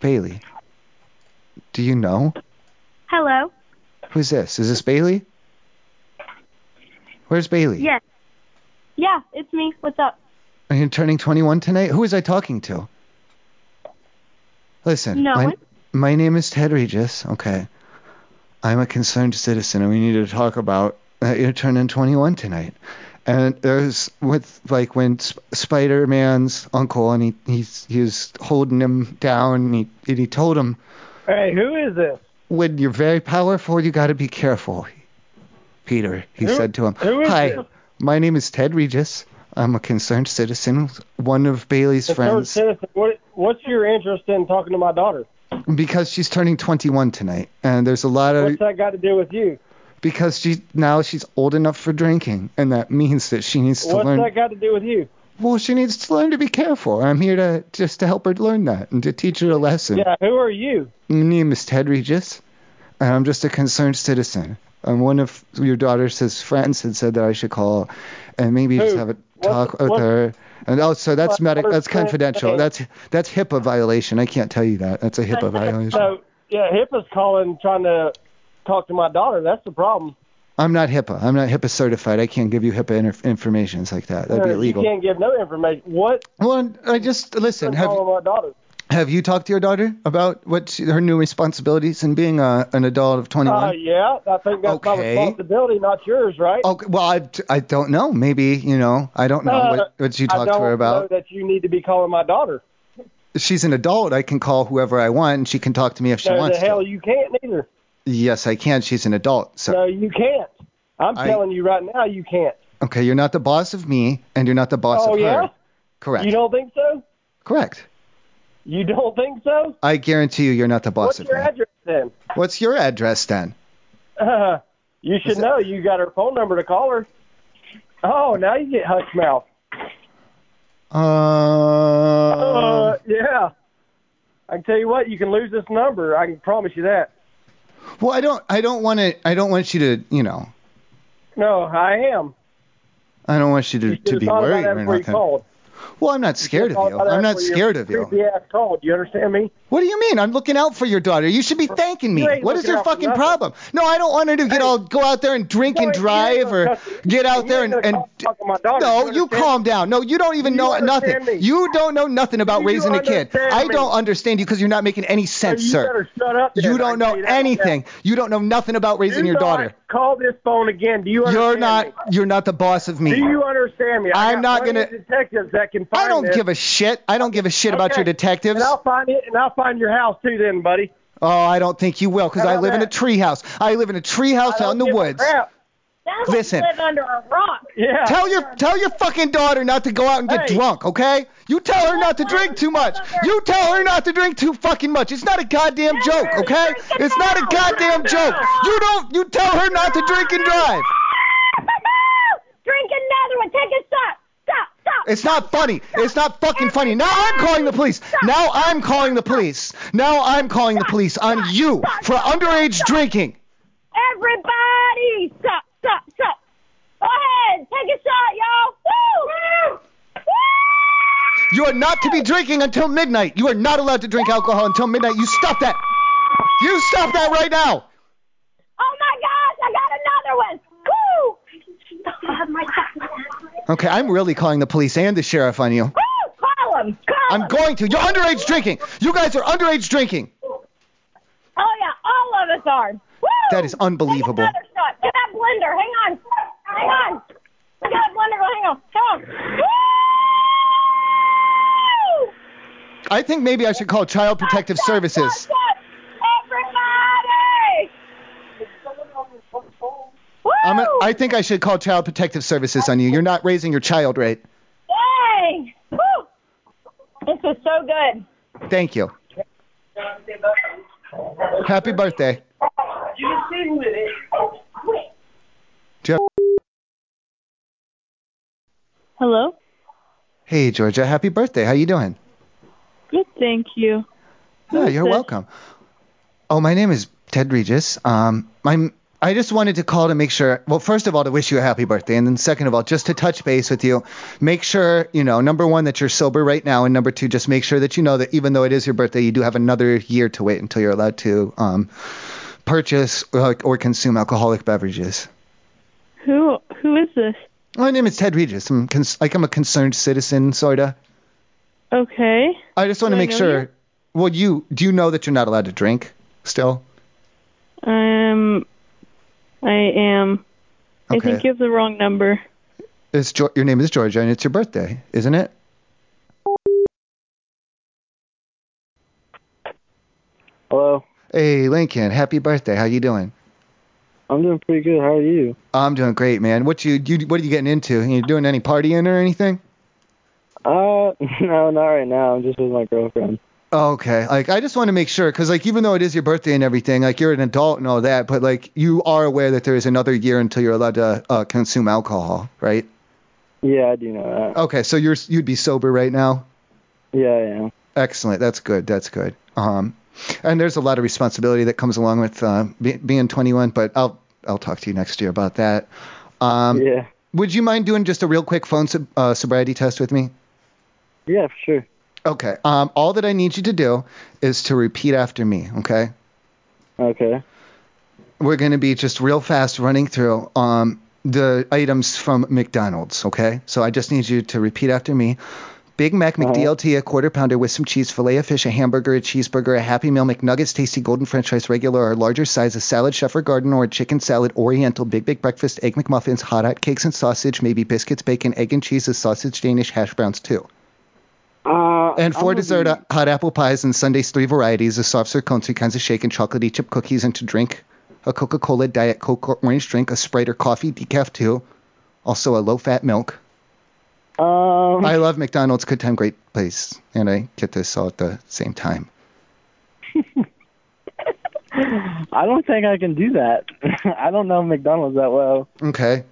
B: Bailey? Do you know?
N: Hello.
B: Who's this? Is this Bailey? Where's Bailey?
N: Yes. Yeah, it's me. What's up?
B: Are you turning 21 tonight? Who is I talking to? Listen,
N: No
B: my,
N: one.
B: my name is Ted Regis. Okay. I'm a concerned citizen, and we need to talk about that you're turning 21 tonight. And there's with like when Sp- Spider Man's uncle, and he he's he was holding him down, and he and he told him,
O: Hey, who is this?
B: when you're very powerful, you got to be careful. Peter, he said to him,
O: who is
B: Hi,
O: this?
B: my name is Ted Regis. I'm a concerned citizen, one of Bailey's
O: Third
B: friends,
O: citizen. What, what's your interest in talking to my daughter?
B: because she's turning 21 tonight. And there's a lot of.
O: What's that got to do with you?
B: Because she now she's old enough for drinking, and that means that she needs to
O: What's
B: learn.
O: that got to do with you?
B: Well, she needs to learn to be careful. I'm here to just to help her learn that and to teach her a lesson.
O: Yeah, who are you?
B: My name is Ted Regis, and I'm just a concerned citizen. And one of your daughter's friends had said that I should call and maybe just
O: Who?
B: have a
O: What-
B: talk with
O: what-
B: her. And oh, so that's
O: what-
B: medic.
O: what
B: That's
O: friend's
B: confidential.
O: name?
B: That's that's HIPAA violation. I can't tell you that. That's a HIPAA violation.
O: So, yeah, HIPAA's calling, trying to talk to my daughter. That's the problem.
B: I'm not HIPAA. I'm not HIPAA certified. I can't give you HIPAA inter- information like that. That'd be
O: You
B: illegal.
O: can't give no information. What?
B: Well, I just listen. Have
O: calling my daughter.
B: Have you talked to your daughter about what she, her new responsibilities and being a, an adult of 21?
O: Uh, yeah, I think that's my
B: Okay.
O: responsibility, not yours, right?
B: Okay, Oh, well, I, I don't know. Maybe, you know, I don't know
O: Uh,
B: what, what you
O: I
B: talked to
O: don't
B: her about.
O: Know that you need to be calling my daughter.
B: She's an adult. I can call whoever I want and she can talk to me if she
O: no, the
B: wants
O: hell
B: to.
O: you can't either.
B: Yes, I can. She's an adult. So,
O: No, you can't. I'm
B: I-
O: telling you right now, you can't.
B: okay, you're not the boss of me and you're not the boss
O: oh
B: of
O: yeah?
B: her. Correct.
O: You don't think so?
B: Correct.
O: You don't think so?
B: I guarantee you you're not the boss
O: What's
B: of
O: your
B: me.
O: address then?
B: What's your address then?
O: Uh, you should know. You got her phone number to call her. Oh, now you get hush mouth.
B: Uh, Um,
O: Uh, yeah. I can tell you what, you can lose this number. I can promise you that.
B: well, I don't I don't want to I don't want you to, you know,
O: No, I am.
B: I don't want you to, to
O: Should've
B: be
O: thought about
B: worried
O: that
B: or
O: before you
B: nothing.
O: called.
B: Well, I'm not scared
O: Thought
B: of you.
O: about that
B: I'm not
O: before you
B: scared of you.
O: Creepy ass called. You understand me?
B: What do you mean? I'm looking out for your daughter. You should be thanking me.
O: You ain't
B: What is
O: looking
B: your
O: out for
B: fucking
O: nothing.
B: problem? No, I don't want her to get all go out there and drink
O: No,
B: and
O: you ain't
B: drive
O: gonna
B: or
O: cuss me.
B: get out
O: You
B: there and,
O: ain't
B: and
O: gonna talk to my daughter.
B: no,
O: You
B: you
O: understand?
B: calm down. No, you don't even
O: You
B: know nothing.
O: understand me.
B: You don't know nothing about
O: You
B: raising a kid.
O: understand
B: I
O: me.
B: don't understand you because you're not making any sense,
O: you
B: sir.
O: better shut up. then.
B: You
O: I
B: don't know
O: tell you that right now.
B: anything. You don't know nothing about raising
O: Do
B: your
O: not
B: daughter.
O: Call this phone again. Do you understand
B: You're not.
O: me?
B: You're not the boss of me.
O: Do you understand me? I got
B: I'm not
O: plenty
B: gonna-
O: of detectives that can find
B: I don't
O: this.
B: give a shit. I don't give a shit about
O: Okay.
B: your detectives.
O: And I'll find it, and I'll find your house too, then, buddy.
B: Oh, I don't think you will, because
O: How
B: I
O: about
B: live in a
O: that?
B: tree house. I live in a tree house out in the
O: Give a
B: woods.
O: crap.
N: Sounds
B: Listen.
N: like you live under a rock.
O: Yeah.
B: Tell your tell your fucking daughter not to go out and get
N: Hey.
B: drunk, okay? You tell her not to drink too much. You tell her not to drink too fucking much. It's not a goddamn joke, okay? It's not a goddamn joke. You don't you tell her not to drink and drive.
N: Drink another one. Take a shot. Stop. Stop.
B: It's not funny. It's not fucking funny. Now I'm calling the police. Now I'm calling the police. Now I'm calling the police on you for underage drinking.
N: Everybody, stop. Stop. Stop. Go ahead. Take a shot, y'all. Woo.
B: You are not to be drinking until midnight. You are not allowed to drink alcohol until midnight. You stop that. You stop that right now.
N: Oh my gosh, I got another one. Woo. I have my shot.
B: Okay, I'm really calling the police and the sheriff on you.
N: Call him. Call
B: I'm
N: him.
B: going to. You're underage drinking. You guys are underage drinking.
N: Oh yeah, all of us are. Woo.
B: That is unbelievable.
N: Another shot. Get that blender. Hang on. Hang on. Get that blender. going. Hang on. Come on. Woo!
B: I think maybe I should call Child Protective Services.
N: Everybody!
B: I'm a, I think I should call Child Protective Services on you. You're not raising your child right.
N: Dang! Woo! This was so good.
B: Thank you. Happy birthday.
E: You can sing with it.
B: Jeff.
P: Hello?
B: Hey Georgia, happy birthday. How you doing?
P: Good, thank you.
B: Yeah, you're welcome. Oh, my name is Ted Regis. Um, I'm I just wanted to call to make sure. Well, first of all, to wish you a happy birthday, and then second of all, just to touch base with you. Make sure, you know, number one, that you're sober right now, and number two, just make sure that you know that even though it is your birthday, you do have another year to wait until you're allowed to um, purchase or, or consume alcoholic beverages.
P: Who who is this?
B: My name is Ted Regis. I'm cons- like I'm a concerned citizen, sorta.
P: Okay.
B: I just want
P: Do I
B: to make
P: know
B: sure. Well, you do you know that you're not allowed to drink still?
P: Um, I am. I
B: Okay.
P: think you have the wrong number.
B: It's jo- your name is Georgia, and it's your birthday, isn't it?
O: Hello.
B: Hey, Lincoln. Happy birthday. How you doing?
O: I'm doing pretty good. How are you?
B: I'm doing great, man. What you, you what are you getting into? You doing any partying or anything?
O: Uh, no, not right now. I'm just with my girlfriend.
B: Okay. Like I just want to make sure cuz like even though it is your birthday and everything, like you're an adult and all that, but like you are aware that there is another year until you're allowed to uh, consume alcohol, right?
O: Yeah, I do know that.
B: Okay, so you're you'd be sober right now?
O: Yeah, I am.
B: Excellent. That's good. That's good. Um and there's a lot of responsibility that comes along with uh, be, being 21, but I'll I'll talk to you next year about that. Um
O: Yeah.
B: Would you mind doing just a real quick phone sob- uh, sobriety test with me?
O: Yeah, for sure.
B: Okay. Um, all that I need you to do is to repeat after me. Okay.
O: Okay.
B: We're going to be just real fast running through um, the items from McDonald's. Okay. So I just need you to repeat after me. Big Mac, McDLT, a quarter pounder with some cheese, filet of fish, a hamburger, a cheeseburger, a Happy Meal, McNuggets, tasty golden french fries, regular or larger size, a salad, chef or garden, or a chicken salad, oriental, big, big breakfast, egg McMuffins, hot hot cakes and sausage, maybe biscuits, bacon, egg and cheese, a sausage, Danish, hash browns, too.
O: Uh,
B: And for
O: I'm gonna
B: dessert,
O: be-
B: uh, hot apple pies and Sundays, three varieties of soft serve cones, three kinds of shake and chocolatey chip cookies, and to drink a Coca Cola, Diet Coke, or orange drink, a Sprite or coffee, decaf too. Also a low fat milk.
O: Um,
B: I love McDonald's, good time, great place. And I get this all at the same time.
O: I don't think I can do that. I don't know McDonald's that well.
B: Okay.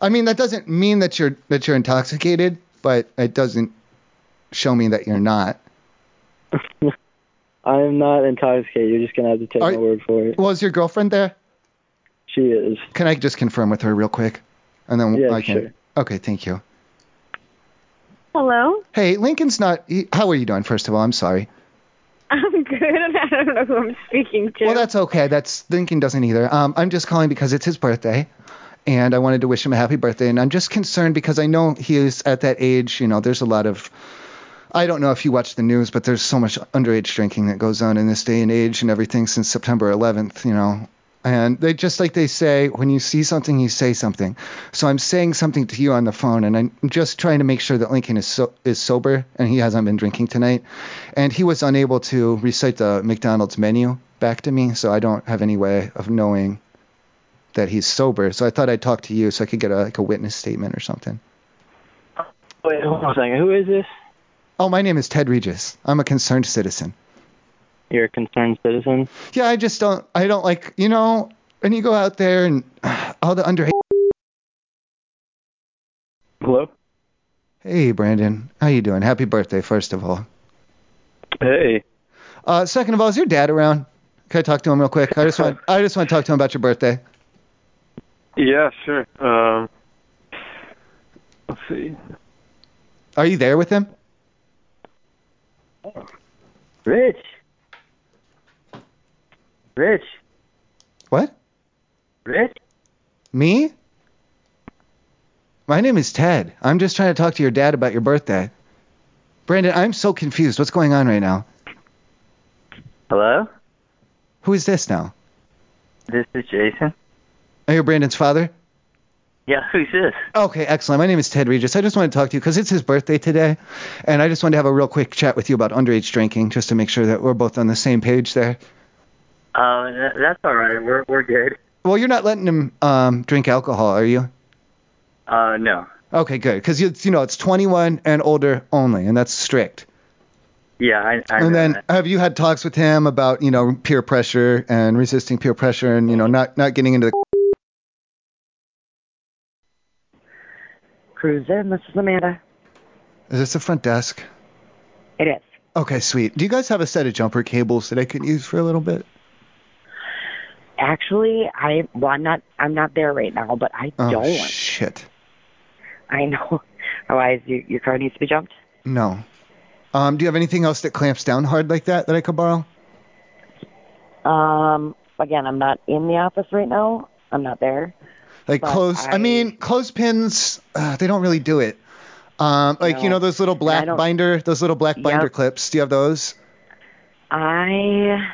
B: I mean, that doesn't mean that you're that you're intoxicated, but it doesn't show me that you're not.
O: I am not intoxicated. You're just gonna have to take my word for it.
B: Was your girlfriend there?
O: She is.
B: Can I just confirm with her real quick? And then
O: Yeah,
B: I can.
O: sure.
B: Okay, thank you.
Q: Hello?
B: Hey, Lincoln's not. he- How are you doing? First of all, I'm sorry.
Q: I'm good and I don't know who I'm speaking to.
B: Well, that's okay. That's Lincoln doesn't either. Um, I'm just calling because it's his birthday, and I wanted to wish him a happy birthday. And I'm just concerned because I know he is at that age. You know, there's a lot of. I don't know if you watch the news, but there's so much underage drinking that goes on in this day and age and everything since September 11th. You know. And they just like they say, when you see something, you say something. So I'm saying something to you on the phone, and I'm just trying to make sure that Lincoln is so, is sober and he hasn't been drinking tonight. And he was unable to recite the McDonald's menu back to me, so I don't have any way of knowing that he's sober. So I thought I'd talk to you so I could get a, like a witness statement or something.
O: Wait, hold on a second. Who is this?
B: Oh, my name is Ted Regis. I'm a concerned citizen.
O: You're a concerned citizen.
B: Yeah, I just don't. I don't like you know. And you go out there and all the underage.
O: Hello.
B: Hey, Brandon, how you doing? Happy birthday, first of all.
O: Hey.
B: Uh, second of all, is your dad around? Can I talk to him real quick? I just want I just want to talk to him about your birthday.
R: Yeah, sure. Um, let's see.
B: Are you there with him?
S: Rich. Rich.
B: What?
S: Rich.
B: Me? My name is Ted. I'm just trying to talk to your dad about your birthday. Brandon, I'm so confused. What's going on right now?
S: Hello.
B: Who is this now?
S: This is Jason.
B: Are you Brandon's father?
S: Yeah, who's this?
B: Okay, excellent. My name is Ted Regis. I just want to talk to you because it's his birthday today, and I just wanted to have a real quick chat with you about underage drinking, just to make sure that we're both on the same page there.
S: Uh, that, that's all right. We're we're good.
B: Well, you're not letting him um, drink alcohol, are you?
S: Uh, no.
B: Okay, good. Because you, you know it's 21 and older only, and that's strict.
S: Yeah, I. I
B: and
S: know
B: then
S: that.
B: have you had talks with him about you know peer pressure and resisting peer pressure and you know not not getting into the
S: Cruise in, Mrs. Amanda.
B: is this the front desk
S: It is.
B: okay sweet do you guys have a set of jumper cables that i could use for a little bit
T: actually, I well, I'm not I'm not there right now, but I
B: Oh,
T: don't.
B: shit.
T: I know. Otherwise, you, your car needs to be jumped.
B: No. Um, do you have anything else that clamps down hard like that that I could borrow?
T: Um, again, I'm not in the office right now. I'm not there.
B: Like
T: But
B: clothes. I, mean, clothespins. Uh, they don't really do it. Um, like you
T: No.
B: know those little
T: And I
B: black
T: don't-
B: binder, those little black binder clips. Do you have those?
T: I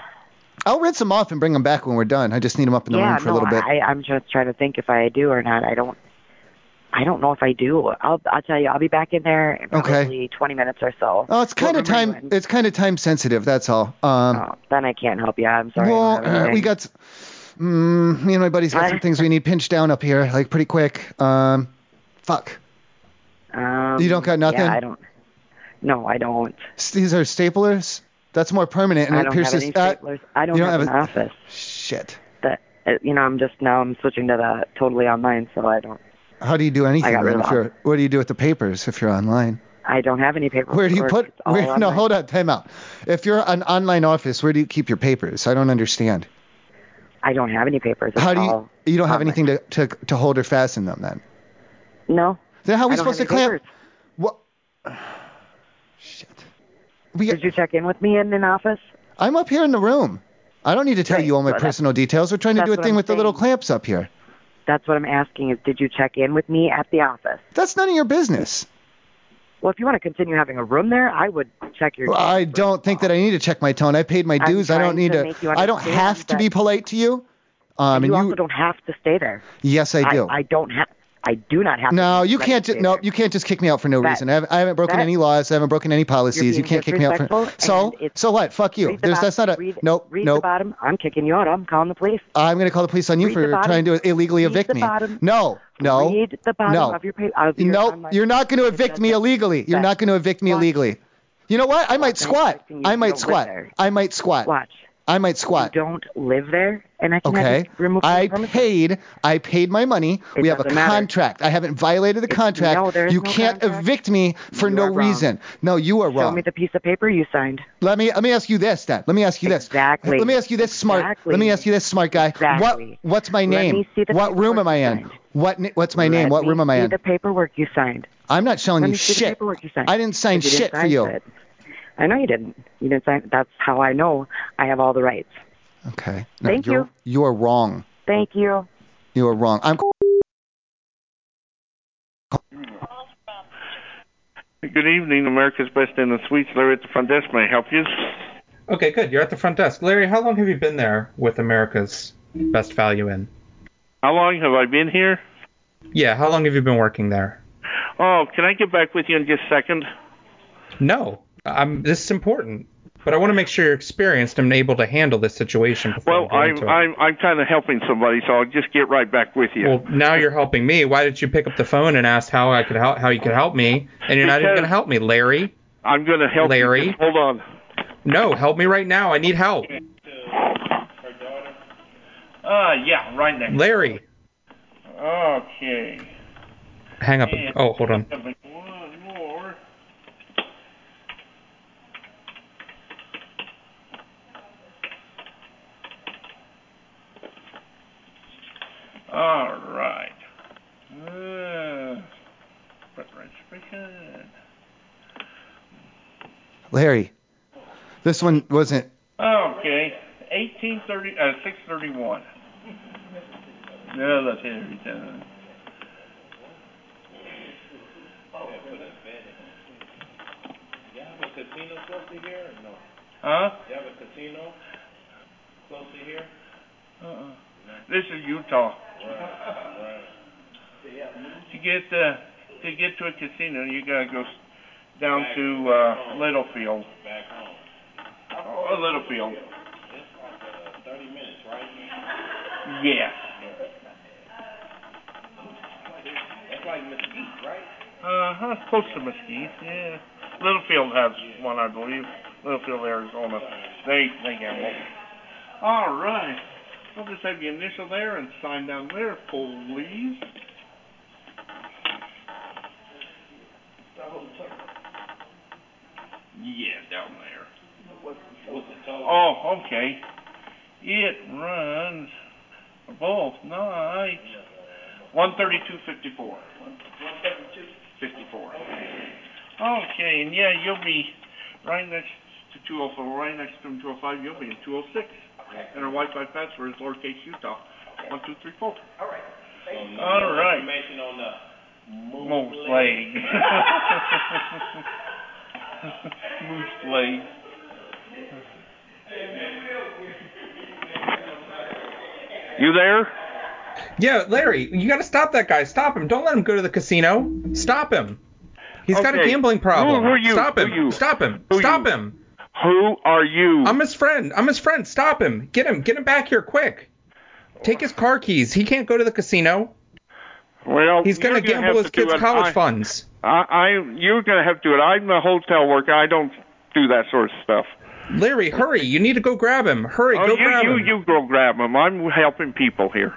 B: I'll rinse them off and bring them back when we're done. I just need them up in the
T: yeah,
B: room for
T: no,
B: a little bit.
T: I, I'm just trying to think if I do or not. I don't. I don't know if I do. I'll I'll tell you. I'll be back in there in
B: Okay.
T: probably 20 minutes or so.
B: oh, it's kind of time. It's kind of time sensitive. That's all. Um,
T: Uh, Then Oh, I can't help you. I'm sorry. I don't have
B: Well, uh,
T: anything.
B: we got. Mm, me and my buddy's got some things we need pinched down up here, like pretty quick. Um, fuck.
T: Um,
B: you don't got nothing.
T: Yeah, I don't. No, I don't.
B: S- These are staplers. That's more permanent, and
T: I
B: it
T: don't have
B: pierces.
T: any
B: uh,
T: staplers. I don't
B: you
T: have
B: a-
T: an office.
B: Shit.
T: That uh, you know, I'm just now I'm switching to the totally online, so I don't.
B: How do you do anything?
T: rid
B: then
T: of
B: if you're, what do you do with the papers if you're online?
T: I don't have any paper.
B: Where do you
T: work.
B: put?
T: It's all
B: where- no,
T: online.
B: hold on, time out. If you're an online office, where do you keep your papers? I don't understand.
T: I don't have any papers. It's
B: How do you?
T: all-
B: You don't have anything to, to to hold or fasten them then.
T: No.
B: Then how are we
T: I don't
B: supposed to
T: have any
B: clamp?
T: papers.
B: What?
T: Did you check in with me in an office?
B: I'm up here in the room. I don't need to tell you all my personal details. We're trying to
T: that's
B: do a
T: what
B: thing
T: I'm
B: with the little
T: saying.
B: clamps up here.
T: That's what I'm asking. Is did you check in with me at the office?
B: That's none of your business.
T: Well, if you want to continue having a room there, I would check your.
B: Well, I don't think that I need to check my tone. I paid my
T: I'm
B: dues. I
T: trying
B: don't need
T: to
B: to.
T: make you
B: I don't
T: understand
B: have to
T: that-
B: be polite to you. Um, and
T: you
B: you,
T: also don't have to stay there.
B: yes, I do.
T: I, don't have. I do not have.
B: no,
T: to
B: you can't. Ju-
T: Just,
B: no, you can't just kick me out for no
T: That-
B: reason. I haven't, I haven't broken
T: that-
B: any laws. I haven't broken any policies.
T: being
B: You can't kick me out for.
T: disrespectful
B: So, so what? Fuck you.
T: Read the
B: There's
T: bot-
B: that's not a.
T: read-
B: nope.
T: read the
B: nope.
T: bottom. I'm kicking you out. I'm calling the police.
B: I'm gonna call the police on you
T: Read the
B: for
T: bottom.
B: trying to illegally
T: Read the
B: evict me.
T: bottom.
B: No, no,
T: Read the bottom
B: no.
T: of your pa- of your
B: no,
T: online-
B: you're not going to evict me illegally. You're not going to evict me illegally. You know what? I might squat. I might
T: don't
B: squat.
T: live there.
B: I might squat.
T: Watch.
B: I might squat.
T: You don't live there, and I can have
B: Okay.
T: you removed from
B: I
T: the premises.
B: paid. I paid my money.
T: It
B: we have a
T: doesn't matter.
B: contract. I haven't violated the contract.
T: no, there is
B: you
T: no
B: can't evict me for
T: You
B: no
T: are wrong.
B: reason. No, you are
T: Show
B: wrong.
T: me the piece of paper you signed.
B: Let me let me ask you this then. Let me ask you this.
T: Exactly.
B: Let me ask you this smart. Let me ask you this smart guy.
T: Exactly.
B: What what's my
T: Let
B: name?
T: me see the
B: what room am I in? What ni- what's my
T: Let
B: name? What
T: me
B: room am I
T: see
B: in?
T: The paperwork you signed.
B: I'm not showing
T: Let
B: you
T: me see the
B: shit.
T: paperwork you signed.
B: I didn't sign
T: If you didn't
B: shit for
T: sign
B: you.
T: it. I know you didn't. You didn't sign. That's how I know I have all the rights.
B: Okay.
T: Thank
B: you're,
T: you.
B: You are wrong.
T: Thank you.
B: You are wrong. I'm.
U: Good evening, America's Best in the Suites. Larry at the front desk. May I help you?
V: Okay, good. You're at the front desk. Larry, how long have you been there with America's Best Value in?
U: How long have I been here?
V: Yeah, how long have you been working there?
U: Oh, can I get back with you in just a second?
V: No, I'm. This is important, but I want to make sure you're experienced and able to handle this situation. Before
U: Well,
V: I
U: I'm I'm I'm kind of helping somebody, so I'll just get right back with you.
V: Well, now you're helping me. Why did you pick up the phone and ask how I could help, how you could help me? And you're not even
U: Because-
V: going to help me, Larry.
U: I'm going to help you.
V: Larry.
U: Just Hold on.
V: No, help me right now. I need help,
U: Uh, yeah, right next.
V: Larry.
U: Okay.
V: Hang up. Oh, hold on.
U: One more. All right. Uh, put right speaker.
B: Larry. This one wasn't.
U: Okay, 1830, uh, 631. No, that's every time. Huh? Uh-uh. This is Utah. To get uh, to get to a casino, you gotta go s- down to uh, Littlefield. Oh, Littlefield. Yeah. Uh huh. Close to Mesquite. Yeah. Littlefield has one, I believe. Littlefield, Arizona. They they got one. All right. I'll just have your initial there and sign down there, please. Yeah, down there. Oh, okay. It runs. Both. Nice. One thirty-two fifty-four. Fifty-four. Okay, and yeah, you'll be right next to two oh four, right next to two oh five. You'll be in two oh six. And our Wi-Fi password is lowercase Utah. One two three four.
A: All right.
U: All right.
A: Information on the
U: Moose leg. Moose leg.
H: You there?
V: Yeah, Larry, you got to stop that guy. Stop him. Don't let him go to the casino. Stop him. He's got a
H: Okay.
V: gambling problem.
H: Who are you?
V: Stop him.
H: Who you?
V: Stop him.
H: Who
V: stop
H: you?
V: him.
H: Who are you?
V: I'm his friend. I'm his friend. Stop him. Get him. Get him back here quick. Take his car keys. He can't go to the casino.
H: Well,
V: He's gonna
H: you're gonna
V: gamble
H: have
V: his
H: to do
V: kids'
H: an
V: college
H: I-
V: funds.
H: I, I, you're gonna have to do it. I'm a hotel worker. I don't do that sort of stuff.
V: Larry, hurry. You need to go grab him. Hurry,
H: oh,
V: go
H: you,
V: grab
H: you,
V: him.
H: you go grab him. I'm helping people here.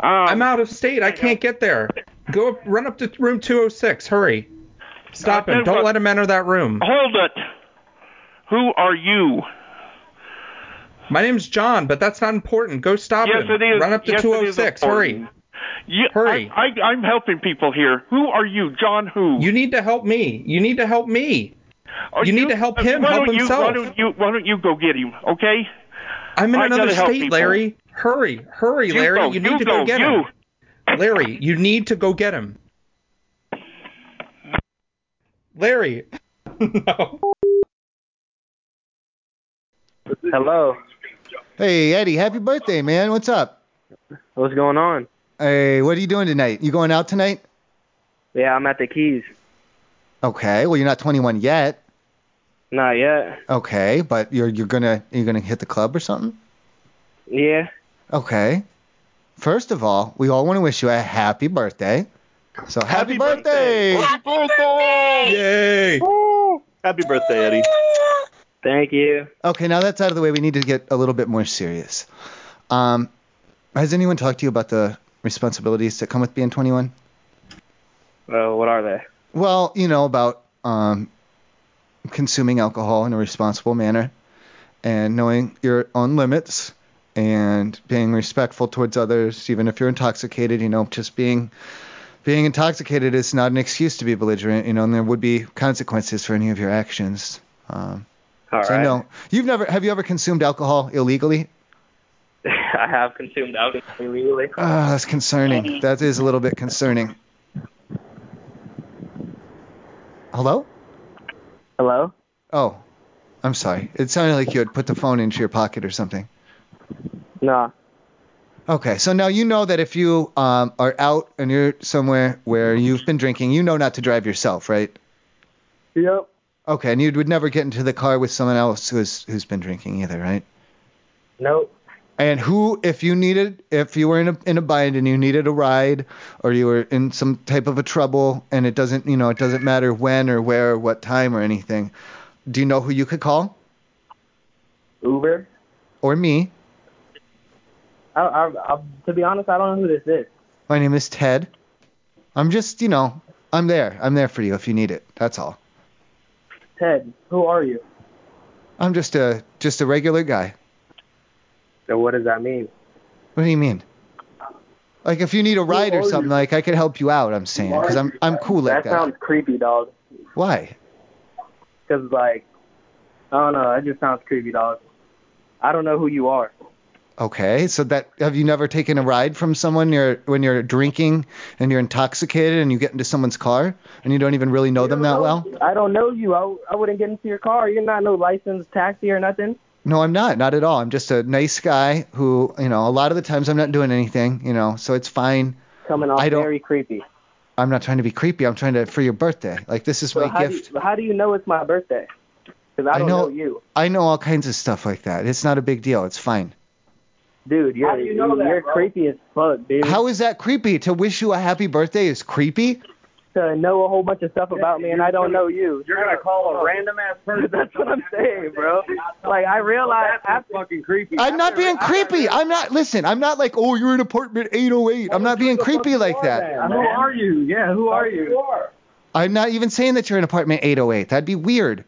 H: Um,
V: I'm out of state. I can't get there. Go up, run up to room 206. Hurry. Stop
H: I'll
V: him.
H: tell you
V: Don't
H: what.
V: let him enter that room.
H: Hold it. Who are you?
V: My name's John, but that's not important. Go stop
H: yes,
V: him.
H: it is.
V: Run up to
H: yes, it is
V: 206. Hurry.
H: important. You,
V: Hurry.
H: I, I, I'm helping people here. Who are you, John? Who?
V: You need to help me. You need to help me.
H: Are
V: you, need to help him
H: why
V: help
H: don't You, why
V: himself.
H: don't you? Why don't you go get him? Okay.
V: I'm in
H: I
V: another
H: gotta help
V: state,
H: people.
V: Larry. Hurry, hurry,
H: You
V: Larry.
H: go,
V: you need
H: you
V: to go,
H: go,
V: get
H: you.
V: him. Larry, you need to go get him. Larry. no.
C: Hello.
B: Hey Eddie, happy birthday, man. What's up?
C: What's going on?
B: Hey, what are you doing tonight? You going out tonight?
C: Yeah, I'm at the Keys.
B: Okay. Well, you're not 21 yet.
C: Not yet.
B: Okay, but you're you're gonna you're gonna hit the club or something?
C: Yeah.
B: Okay. First of all, we all want to wish you a happy birthday. So happy, birthday.
V: Yay!
C: Happy birthday, Eddie. Thank you.
B: Okay, now that's out of the way, we need to get a little bit more serious. Um, has anyone talked to you about the responsibilities that come with being 21?
C: Well, Uh, what are they?
B: Well, you know about um, consuming alcohol in a responsible manner, and knowing your own limits, and being respectful towards others, even if you're intoxicated. You know, just being being intoxicated is not an excuse to be belligerent. You know, and there would be consequences for any of your actions. Um,
C: All
B: so
C: right.
B: no, you've never have you ever consumed alcohol illegally?
C: I have consumed alcohol illegally.
B: Ah, that's concerning. That is a little bit concerning. Hello?
C: Hello?
B: Oh, I'm sorry. It sounded like you had put the phone into your pocket or something.
C: No.
B: Okay, so now you know that if you um, are out and you're somewhere where you've been drinking, you know not to drive yourself, right?
C: Yep.
B: Okay, and you would never get into the car with someone else who's who's been drinking either, right?
C: Nope.
B: And who, if you needed, if you were in a in a bind and you needed a ride, or you were in some type of a trouble, and it doesn't, you know, it doesn't matter when or where or what time or anything, do you know who you could call?
C: Uber?
B: Or me?
C: I, I, I, to be honest, I don't know who this is.
B: My name is Ted. I'm just, you know, I'm there. I'm there for you if you need it. That's all.
C: Ted, who are you?
B: I'm just a just a regular guy.
C: So what does that mean?
B: What do you mean? Like if you need a ride or something, like I could help you out. I'm saying because I'm I'm cool like
C: that
B: that.
C: sounds creepy, dog.
B: Why?
C: Because, like, I don't know. That just sounds creepy, dog. I don't know who you are.
B: Okay, so that have you never taken a ride from someone you're, when you're drinking and you're intoxicated and you get into someone's car and you don't even really know them that well?
C: I don't know you. I, I wouldn't get into your car. You're not no licensed taxi or nothing.
B: No, I'm not. Not at all. I'm just a nice guy who, you know, a lot of the times I'm not doing anything, you know, so it's fine.
C: Coming off
B: I don't-
C: very creepy.
B: I'm not trying to be creepy. I'm trying to for your birthday. Like this is
C: So
B: my
C: how
B: gift.
C: Do you, how do you know it's my birthday? Because I
B: I
C: don't
B: know-
C: know, you,
B: I know all kinds of stuff like that. It's not a big deal. It's fine.
C: dude. You're, you are creepy as fuck, dude.
B: How is that creepy? To wish you a happy birthday is creepy?
C: to know a whole bunch of stuff about me and I don't know you. Oh.
W: You're gonna call a random ass person.
C: That's what I'm saying, bro. Like I realize
W: That's fucking creepy.
B: I'm not being creepy. I'm not listen, I'm not like, oh, you're in apartment eight oh eight. I'm not being creepy like that.
W: Who are you? Yeah, who are you?
B: I'm not even saying that you're in apartment eight oh eight. That'd be weird.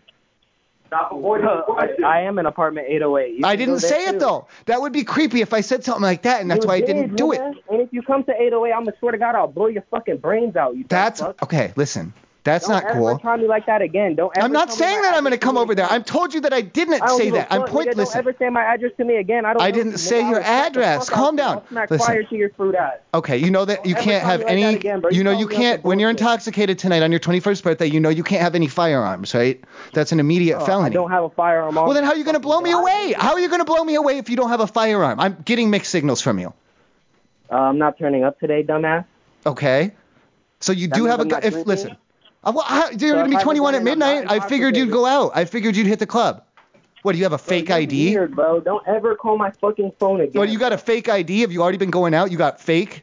W: Stop avoiding the question.
C: I, I am in apartment 808. You
B: I
C: can
B: didn't
C: go there
B: say
C: too.
B: it though. That would be creepy if I said something like that, and that's
C: You
B: why I
C: did,
B: didn't do it.
C: man. And if you come to 808, I'm gonna swear to God, I'll blow your fucking brains out. You dumb
B: That's
C: fuck.
B: okay. Listen, that's
C: Don't
B: not
C: ever
B: cool.
C: Try me like that again. Don't. Ever
B: I'm not
C: tell me
B: saying
C: my
B: that I'm going to
C: address
B: come
C: me
B: over there.
C: again.
B: I told you that I didn't
C: I don't
B: say
C: give a
B: that. I'm
C: fuck,
B: point.
C: Nigga,
B: Listen,
C: don't ever say my address to me again. I don't.
B: I
C: know
B: didn't
C: you, nigga.
B: say
C: I
B: your
C: will smack the
B: address.
C: fuck out
B: Calm
C: you. I'll
B: down.
C: Smack
B: Listen.
C: fire to your fruit ass.
B: Okay, you know that you
C: Don't ever
B: can't
C: tell
B: have
C: me like that
B: any.
C: again, bro. You
B: you know
C: call
B: you
C: me up
B: can't.
C: for
B: When you're
C: bullshit.
B: intoxicated tonight on your 21st birthday, you know you can't have any firearms, right? That's an immediate
C: Oh, I
B: felony.
C: don't have a firearm. on
B: well, then
C: me.
B: how are you going to blow me away? How are you going to blow me away if you don't have a firearm? I'm getting mixed signals from you.
C: Uh, I'm not turning up today, dumbass.
B: Okay. So you
C: That
B: do
C: means
B: have a
C: I'm
B: gun.
C: not
B: If
C: drinking?
B: listen, I, well,
C: So
B: how, you're going
C: if
B: to
C: I
B: be
C: was
B: 21 at
C: in, I'm not
B: midnight. I figured you'd go out. I figured you'd hit the club. What do you have a fake
C: You're
B: ID?
C: Weird, bro. Don't ever call my fucking phone again.
B: What you got a fake ID? Have you already been going out? You got fake?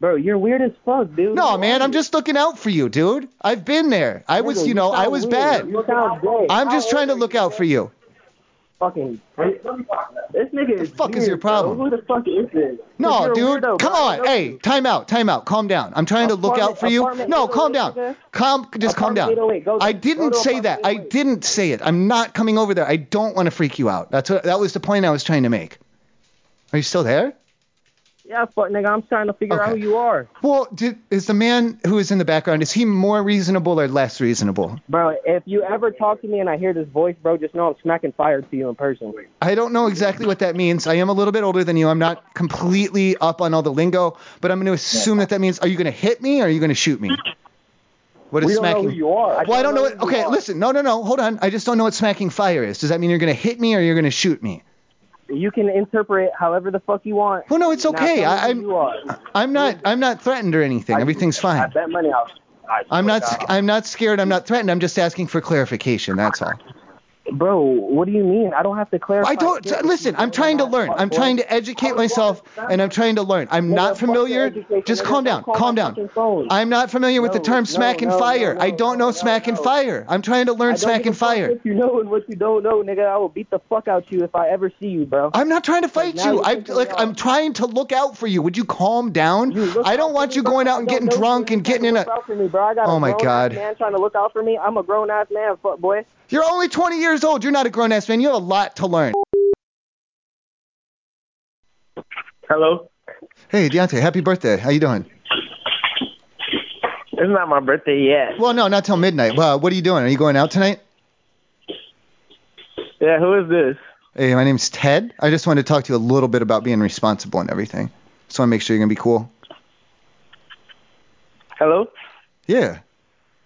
C: Bro, you're weird as fuck, dude.
B: No, man, I'm just looking out for you, dude. I've been there. I was,
C: Nigga,
B: you know, I
C: sound
B: was
C: weird.
B: bad.
C: You sound gay.
B: I'm
C: How
B: just trying to look out for you.
C: fucking. This nigga is.
B: fuck is
C: weird,
B: your problem?
C: Bro. Who the fuck is this?
B: No,
C: You're a
B: dude,
C: weirdo,
B: come
C: bro. I know
B: on. Hey, time out, time out. Calm down. I'm trying to look
C: Apartment-
B: out for you.
C: apartment
B: No, calm
C: 808,
B: down.
C: nigga.
B: Calm, just calm down.
C: Apartment 808, go
B: I
C: there. Go
B: didn't
C: to
B: say that. I didn't say it. I'm not coming over there. I don't want to freak you out. That's what. That was the point I was trying to make. Are you still there?
C: Yeah, fuck, nigga. I'm trying to figure out who you are.
B: Well, did, is the man who is in the background is he more reasonable or less reasonable?
C: Bro, if you ever talk to me and I hear this voice, bro, just know I'm smacking fire to you in person.
B: I don't know exactly what that means. I am a little bit older than you. I'm not completely up on all the lingo, but I'm going to assume that that means are you going to hit me or are you going to shoot me? What is
O: We don't know
B: smacking?
O: who you are.
B: Well, I don't know. What,
O: who you
B: okay,
O: are.
B: listen. No, no, no. Hold on. I just don't know what smacking fire is. Does that mean you're going to hit me or you're going to shoot me?
C: You can interpret however the fuck you want.
B: Well, no, it's
C: Now tell
B: okay.
C: me
B: I,
C: who
B: I'm
C: you are.
B: I'm not I'm not threatened or anything. Everything's
C: I
B: fine.
C: bet money out.
B: I'm not sc- I'm not scared. I'm not threatened. I'm just asking for clarification. That's all.
C: Bro, what do you mean? I don't have to clarify.
B: I don't
C: shit.
B: listen. I'm trying to
C: uh,
B: learn. I'm trying to educate myself, and I'm trying to learn. I'm not familiar. Just calm down. Calm down. I'm not familiar with the term smack and
C: no,
B: fire. I don't know smack and fire. I'm trying to
C: I
B: learn
C: don't
B: smack
C: give a
B: and
C: fuck
B: fire.
C: What you know and what you don't know, nigga, I will beat the fuck out you if I ever see you, bro.
B: I'm not trying to fight
C: now
B: you.
C: you're
B: I
C: pissing
B: like
C: me
B: I'm trying to look out for you. Would you calm down? I don't want you going out and getting drunk and getting in a
C: Look out for me, bro. I got
B: Oh
C: a
B: my
C: grown
B: God.
C: Ass man trying to look out for me. I'm a grown ass man, fuck boy.
B: You're only 20 years old. You're not a grown ass man. You have a lot to learn.
W: Hello.
B: Hey, Deontay, happy birthday. How you doing?
W: It's not my birthday yet.
B: Well, no, not till midnight. Well, what are you doing? Are you going out tonight?
W: Yeah, who is this?
B: Hey, my name's Ted. I just wanted to talk to you a little bit about being responsible and everything. Just want to make sure you're gonna be cool.
W: Hello.
B: Yeah.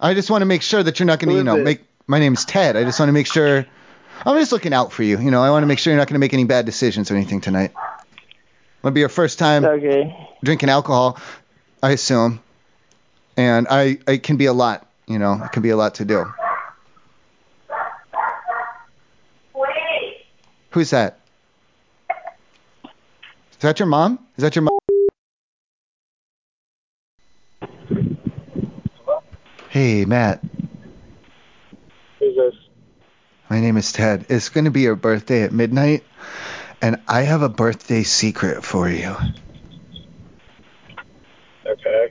B: I just want to make sure that you're not gonna,
W: Who
B: you
W: is
B: know,
W: this?
B: make. My name's Ted. I just want to make sure. I'm just looking out for you. You know, I want to make sure you're not gonna make any bad decisions or anything tonight. Might be your first time
W: Okay.
B: drinking alcohol, I assume. And I, it can be a lot. You know, it can be a lot to do. Who's that? Is that your mom? Is that your mom? Hey, Matt.
W: Who's this?
B: My name is Ted. It's going to be your birthday at midnight, and I have a birthday secret for you.
W: Okay.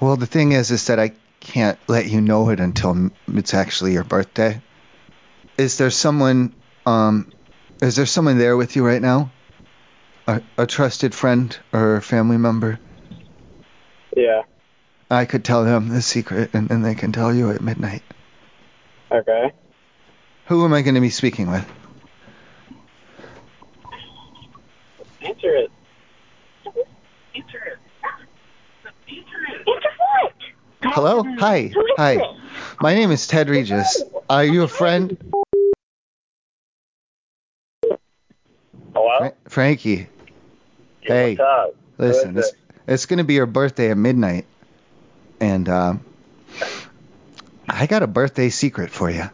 B: Well, the thing is, is that I can't let you know it until m- it's actually your birthday. Is there someone, um, is there someone there with you right now? A, a trusted friend or family member?
W: Yeah.
B: I could tell them the secret, and then they can tell you at midnight.
W: Okay.
B: Who am I going to be speaking with?
W: Answer it.
B: Hello? Hi. Hi. My name is Ted Regis. Are you a friend?
W: Hello.
B: Frankie. Hey.
W: What's up?
B: Listen, it's, it's going to be your birthday at midnight. And um, I got a birthday secret for you.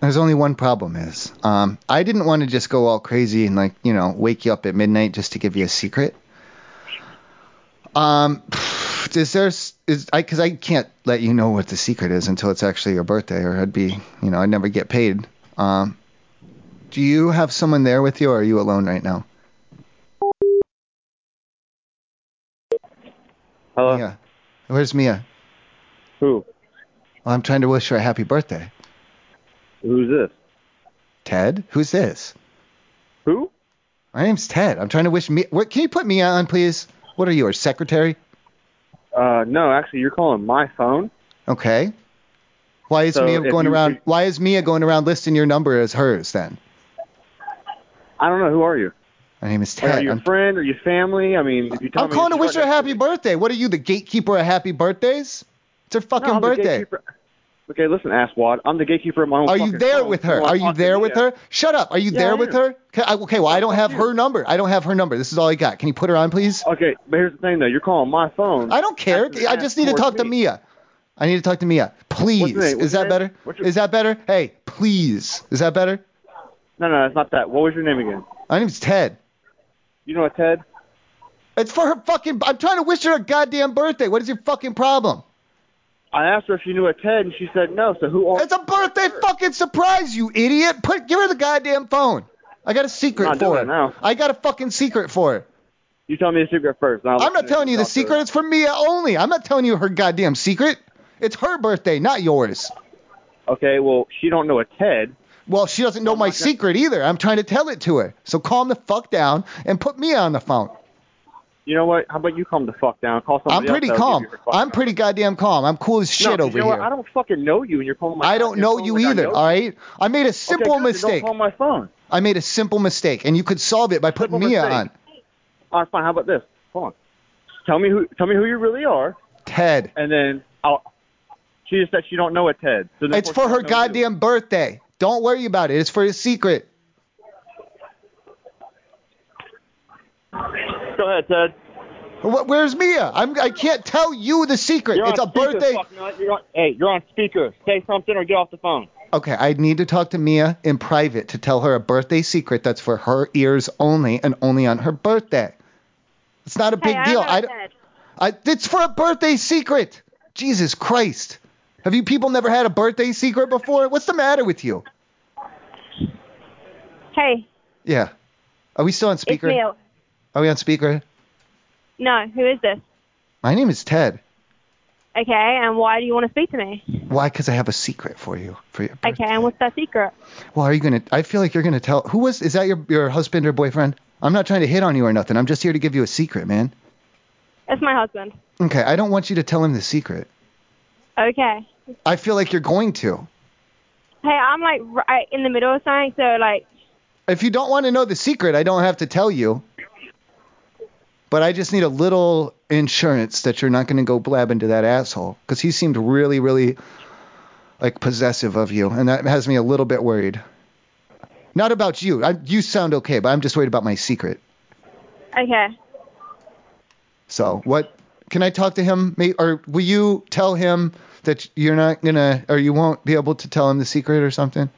B: There's only one problem is um, I didn't want to just go all crazy and like, you know, wake you up at midnight just to give you a secret. Um, is there s- is I because I can't let you know what the secret is until it's actually your birthday, or I'd be you know I'd never get paid. Um, do you have someone there with you, or are you alone right now? Hello. Mia. Where's Mia?
W: Who?
B: Well, I'm trying to wish her a happy birthday.
W: Who's this?
B: Ted, who's this?
W: Who?
B: My name's Ted. I'm trying to wish me. What, can you put me on, please? What are you, our secretary?
W: Uh, no, actually, you're calling my phone.
B: Okay. Why is
W: So
B: Mia
W: if
B: going
W: you-
B: around? Why is Mia going around listing your number as hers then?
W: I don't know. Who are you?
B: My name is
W: Are
B: Ted.
W: you a
B: I'm,
W: friend? Are you family? I mean, if you tell
B: I'm
W: me
B: calling to
W: if you
B: wish her a happy birthday. What are you, the gatekeeper of happy birthdays? It's her fucking
W: I'm the
B: birthday.
W: gatekeeper. Okay, listen, asswad. I'm the gatekeeper of my own.
B: Are you
W: fucking
B: there
W: phone,
B: with her?
W: so I
B: Are you
W: talk to
B: there with
W: Mia.
B: her? Shut up. Are you
W: Yeah, I
B: there with
W: am.
B: her? Okay, I- okay, well, I don't have her number. I don't have her number. This is all I got. Can you put her on, please?
W: Okay, but here's the thing though. You're calling my phone.
B: I don't care.
W: That's an
B: I
W: ass
B: just need to
W: towards
B: talk to
W: me.
B: Mia. I need to talk to Mia. Please.
W: name? What's
B: Is that
W: your name?
B: better? Is that better? Hey, please. Is that better?
W: No, no, it's not that. What was your name again?
B: My name's Ted.
W: You know what, Ted?
B: It's for her fucking. I'm trying to wish her a goddamn birthday. What is your fucking problem?
W: I asked her if she knew a Ted, and she said no. So who? Are
B: It's a birthday fucking surprise, you idiot. Put give her the goddamn phone. I got a secret
W: Not
B: for
W: doing
B: her.
W: it now.
B: I got a fucking secret for her.
W: You tell me the secret first. and I'll
B: I'm
W: listen
B: not
W: to
B: telling you the
W: talk to her.
B: secret. It's for Mia only. I'm not telling you her goddamn secret. It's her birthday, not yours.
W: Okay, well, she don't know a Ted. Oh
B: Well, she doesn't know my secret either. I'm trying to tell it to her. So calm the fuck down and put Mia on the phone.
W: You know what? How about you calm the fuck down? Call
B: I'm
W: somebody
B: pretty
W: else. that'll
B: calm.
W: give you her fucking
B: I'm pretty goddamn calm. I'm cool as
W: No,
B: shit
W: 'cause
B: over
W: you know
B: here.
W: What? I don't fucking know you, and you're calling my.
B: I don't
W: goddamn
B: know
W: phone
B: you
W: like I
B: either,
W: know
B: all right? I made a simple
W: good, then don't
B: mistake.
W: call my phone.
B: I made a simple mistake, and you could solve it by putting Mia
W: mistake.
B: on.
W: All right, fine. How about this? Hold on. Tell me who. Tell me who you really are,
B: Ted.
W: and then I'll. She just said she don't know a Ted. So
B: It's for her goddamn birthday. Don't worry about it. It's for a secret.
W: Go ahead, Ted.
B: Wh- Where's Mia? I'm, I can't tell you the secret.
W: You're
B: it's a
W: on speaker,
B: birthday.
W: fuck nut. You're on- hey, you're on speaker. Say something or get off the phone.
B: Okay, I need to talk to Mia in private to tell her a birthday secret that's for her ears only and only on her birthday. It's not a big deal. I, don't- I it's for a birthday secret. Jesus Christ. Have you people never had a birthday secret before? What's the matter with you?
Q: Hey,
B: Yeah. Are we still on
Q: it's
B: speaker?
Q: me.
B: Are we on speaker?
Q: No, who is this?
B: My name is Ted.
Q: Okay, and why do you want to speak to me?
B: Why? Because I have a secret for you. For your,
Q: Okay, and what's that secret?
B: well, are you gonna? I feel like you're gonna tell. Who was? Is that your your husband or boyfriend? I'm not trying to hit on you or nothing. I'm just here to give you a secret, man.
Q: It's my husband.
B: Okay, I don't want you to tell him the secret.
Q: Okay.
B: I feel like you're going to.
Q: Hey, I'm like right in the middle of something, so like,
B: If you don't want to know the secret, I don't have to tell you. But I just need a little insurance that you're not going to go blabbing to that asshole because he seemed really, really like possessive of you, and that has me a little bit worried. Not about you. I, you sound okay, but I'm just worried about my secret.
Q: okay.
B: So what? Can I talk to him, may- or will you tell him that you're not gonna, or you won't be able to tell him the secret or something?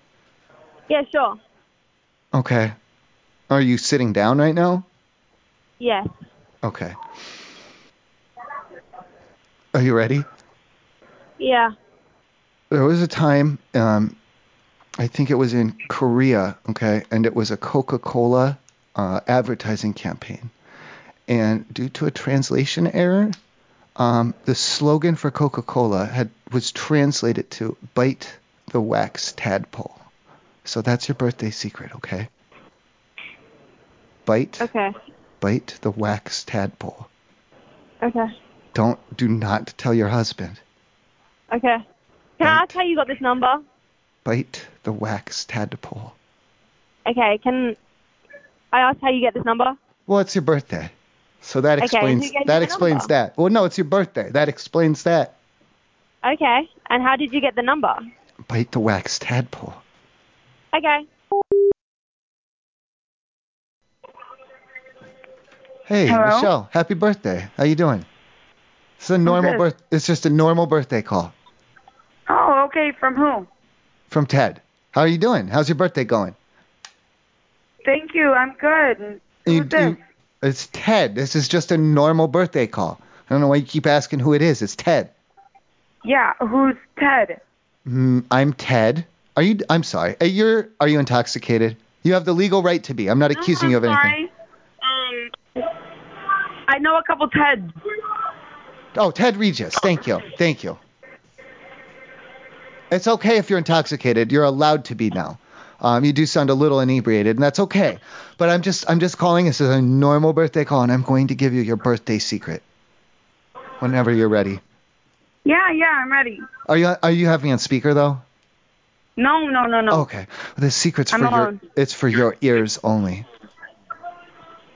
Q: Yeah, sure.
B: Okay. Are you sitting down right now?
Q: Yes.
B: Okay. Are you ready?
Q: Yeah.
B: There was a time, um, I think it was in Korea, okay, and it was a Coca Cola uh, advertising campaign. And due to a translation error, um, the slogan for Coca Cola had was translated to "bite the wax tadpole." So that's your birthday secret, okay? Bite,
Q: Okay.
B: bite the wax tadpole.
Q: Okay.
B: Don't do not tell your husband.
Q: Okay. Can I ask how you got this number?
B: Bite the wax tadpole.
Q: Okay. Can I ask how you get this number?
B: Well, it's your birthday. So that
Q: Okay,
B: explains
Q: who gave you
B: that
Q: the
B: explains
Q: number?
B: that. Well, no, it's your birthday. That explains that.
Q: Okay. And how did you get the number?
B: Bite the wax tadpole.
Q: Okay.
B: Hey,
Q: Hello?
B: Michelle, happy birthday. How you doing? It's a normal
A: this?
B: birth. It's just a normal birthday call
A: Oh, okay. From who?
B: from Ted. How are you doing? How's your birthday going?
A: Thank you. I'm good.
B: You- you- it's Ted. This is just a normal birthday call. I don't know why you keep asking who it is. It's Ted.
A: Yeah. Who's Ted?
B: Mm, I'm Ted. Are you? I'm sorry. Are you? Are you intoxicated? You have the legal right to be. I'm not accusing you of anything.
A: Sorry. Um, I know a couple Teds.
B: Oh, Ted Regis. Thank you. Thank you. It's okay if you're intoxicated. You're allowed to be now. Um, you do sound a little inebriated, and that's okay. But I'm just I'm just calling. This is a normal birthday call, and I'm going to give you your birthday secret whenever you're ready.
A: Yeah, yeah, I'm ready.
B: Are you are you having on speaker though?
A: No, no, no, no.
B: Okay. The secret's
A: I'm
B: for
A: alone.
B: your it's for your ears only.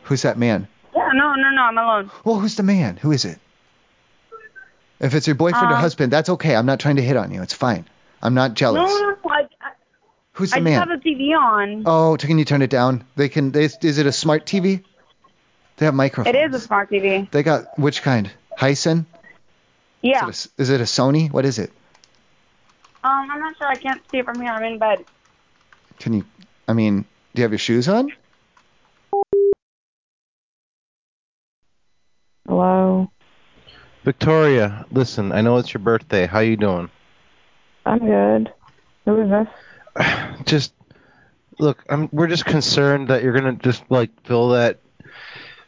B: Who's that man?
A: Yeah, no, no, no, I'm alone.
B: Well, who's the man? Who is it? If it's your boyfriend or
A: Um,
B: husband, that's okay. I'm not trying to hit on you. It's fine. I'm not jealous.
A: No, no, no. I, I,
B: Who's the
A: I
B: man?
A: just have the TV on.
B: Oh, t- can you turn it down? They can. They, is it a smart TV? They have microphones.
A: It is a smart TV.
B: They got which kind? Hyson?
A: Yeah.
B: Is it a- is it a Sony? What is it?
A: Um, I'm not sure. I can't see it from here. I'm in bed.
B: Can you? I mean, do you have your shoes on?
M: Hello.
D: Victoria, listen, I know it's your birthday. How you doing?
M: I'm good. Who is this?
D: Just look, I'm we're just concerned that you're gonna just like fill that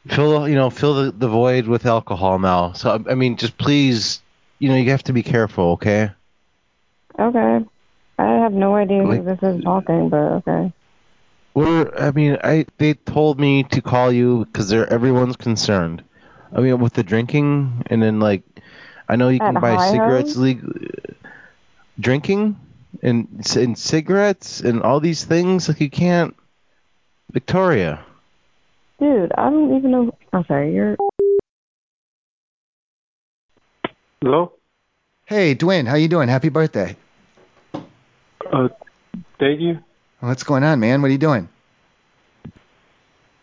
D: fill you know fill the, the void with alcohol now. So I- I mean, just please, you know, you have to be careful, okay?
M: Okay. I have no idea who this is talking, but okay.
D: We're, I mean, I they told me to call you because they're everyone's concerned. I mean, with the drinking and then like, I know you
M: At
D: can buy
M: Hi-Ho?
D: cigarettes legally. Drinking and and cigarettes and all these things like you can't. Victoria,
M: Dude, I don't even know. I'm sorry. You're.
B: Hello. Hey, Dwayne, how you doing? Happy birthday. Uh, thank you. What's going on, man? What are you doing?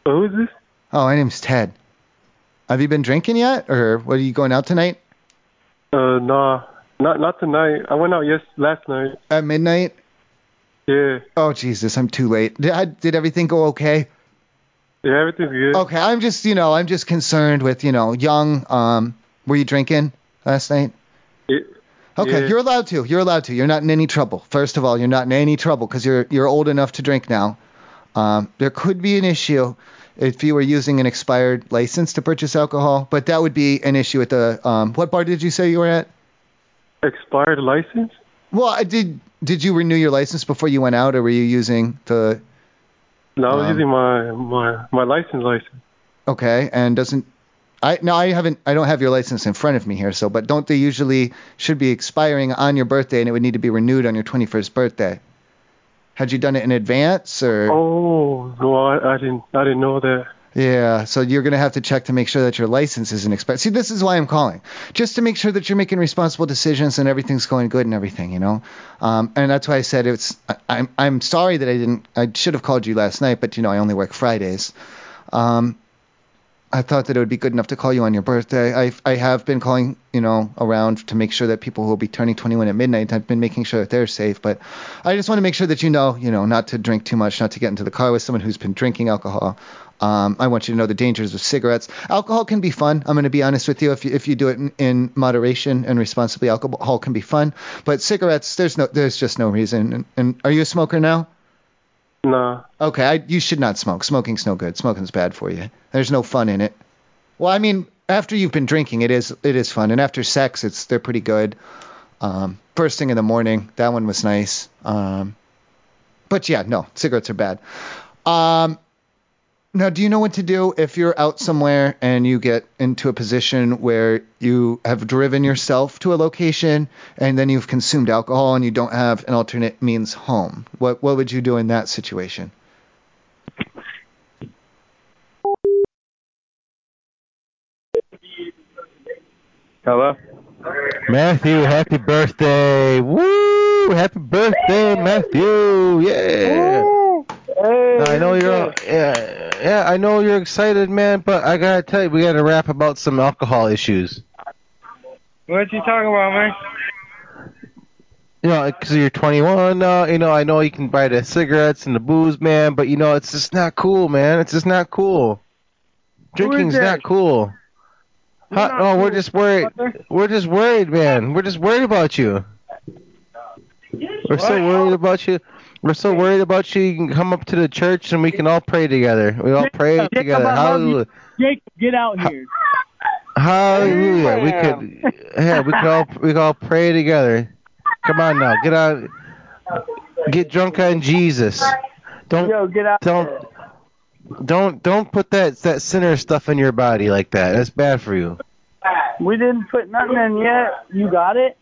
B: Who is this? Oh, my name's Ted. Have you been drinking yet, or what? Are you going out tonight?
R: Uh, nah, not not tonight. I went out yes last night.
B: At midnight? Yeah. Oh Jesus, I'm too late. Did, I, did everything go okay?
R: Yeah, everything's good.
B: Okay, I'm just you know I'm just concerned with you know young. Um, were you drinking last night? Okay,
R: yeah.
B: you're allowed to. You're allowed to. You're not in any trouble. First of all, you're not in any trouble because you're you're old enough to drink now. Um, there could be an issue if you were using an expired license to purchase alcohol, but that would be an issue at the um, what bar did you say you were at?
R: Expired license?
B: Well, I did did you renew your license before you went out, or were you using the
R: No, I was
B: Um,
R: using my my my license license.
B: Okay, and doesn't I no I haven't I don't have your license in front of me here, so but don't they usually should be expiring on your birthday and it would need to be renewed on your 21st birthday? Had you done it in advance or
R: Oh no, I, I didn't I didn't know that.
B: yeah, so you're going to have to check to make sure that your license isn't expired. See, this is why I'm calling. Just to make sure that you're making responsible decisions and everything's going good and everything, you know? Um, and that's why I said it's, I, I'm, I'm sorry that I didn't, I should have called you last night, but, you know, I only work Fridays. Um, I thought that it would be good enough to call you on your birthday. I, I have been calling, you know, around to make sure that people who will be turning 21 at midnight, I've been making sure that they're safe. But I just want to make sure that you know, you know, not to drink too much, not to get into the car with someone who's been drinking alcohol. Um, I want you to know the dangers of cigarettes. Alcohol can be fun. I'm going to be honest with you. If you, if you do it in, in moderation and responsibly, alcohol can be fun. But cigarettes, there's no, there's just no reason. And, and are you a smoker now?
R: No.
B: Okay, I, you should not smoke. Smoking's no good. Smoking's bad for you. There's no fun in it. Well, I mean, after you've been drinking, it is it is fun, and after sex, it's they're pretty good. Um, first thing in the morning, that one was nice. Um, but yeah, no, cigarettes are bad. Um, now, do you know what to do if you're out somewhere and you get into a position where you have driven yourself to a location and then you've consumed alcohol and you don't have an alternate means home? What what would you do in that situation?
D: hello. Matthew, happy birthday! Woo! Happy birthday, Matthew! Yeah. No, I know you're all, yeah yeah I know you're excited, man. But I gotta tell you, we gotta rap about some alcohol issues.
U: What you talking about, man?
D: You know, because you're 21 now. You know, I know you can buy the cigarettes and the booze, man. But you know, it's just not cool, man. It's just not cool. Drinking's
E: that?
D: not cool. Huh?
E: not
D: no, we're
E: cool,
D: just worried. We're just worried, man. We're just worried about you. We're so worried about you. We're so worried about you. You can come up to the church and we can all pray together. We all pray
F: Jacob,
D: together.
F: I love you.
D: Hallelujah.
F: Jake, get out here.
D: Hallelujah. We could yeah, we could all we could all pray together. Come on now, get out get drunk on Jesus. Don't
O: get out.
D: Don't don't don't put that that sinner stuff in your body like that. That's bad for you.
O: We didn't put nothing in yet. You got it?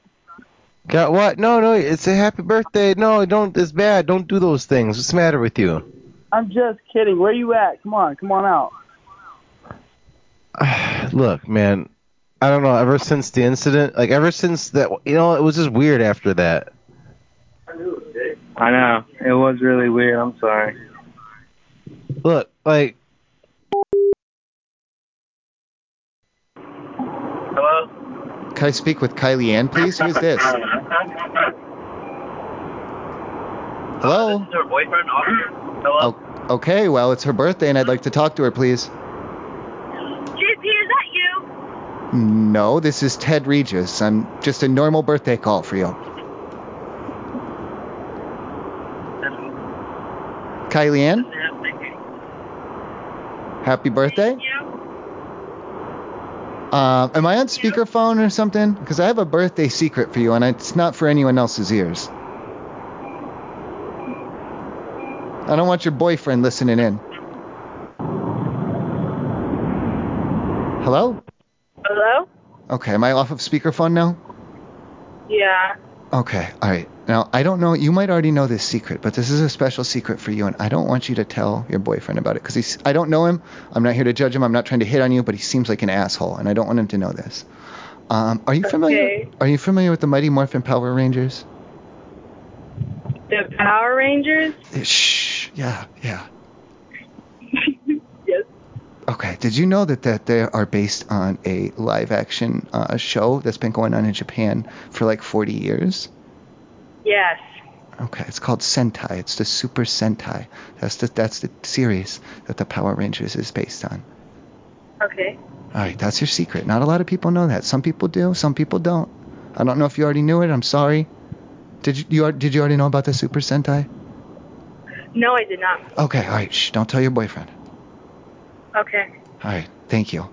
D: Got what? No, no, it's a happy birthday. No, don't. It's bad. Don't do those things. What's the matter with you?
O: I'm just kidding. Where you at? Come on, come on out.
D: Look, man. I don't know. Ever since the incident, like ever since that, you know, it was just weird after that.
C: I know. It was really weird. I'm sorry.
D: Look, like
S: Hello?
B: Can I speak with Kylie Ann, please? Who is this? Hello?
S: Is her boyfriend off here? Hello?
B: Oh, okay, well, it's her birthday and I'd like to talk to her, please.
N: JP, is that you?
B: No, this is Ted Regis. I'm just a normal birthday call for you. Kylie Ann, happy birthday. Uh, am I on speakerphone or something? Because I have a birthday secret for you, and it's not for anyone else's ears. I don't want your boyfriend listening in. Hello?
N: Hello?
B: Okay, am I off of speakerphone now?
N: Yeah.
B: Okay, all right. Now, I don't know, you might already know this secret, but this is a special secret for you, and I don't want you to tell your boyfriend about it because he's, I don't know him. I'm not here to judge him. I'm not trying to hit on you, but he seems like an asshole, and I don't want him to know this. Um, are you familiar?
N: Okay.
B: Are you familiar with the Mighty Morphin Power Rangers?
N: The Power Rangers?
B: Eh, Shh. Yeah, yeah.
N: Yes.
B: Okay. Did you know that, that they are based on a live action uh, show that's been going on in Japan for like 40 years?
N: Yes.
B: Okay, it's called Sentai. It's the Super Sentai. That's the that's the series that the Power Rangers is based on.
N: Okay.
B: All right, that's your secret. Not a lot of people know that. Some people do, some people don't. I don't know if you already knew it. I'm sorry. Did you, you al- did you already know about the Super Sentai?
N: No, I did not.
B: Okay, all right. Shh, don't tell your boyfriend.
N: Okay.
B: All right, thank you.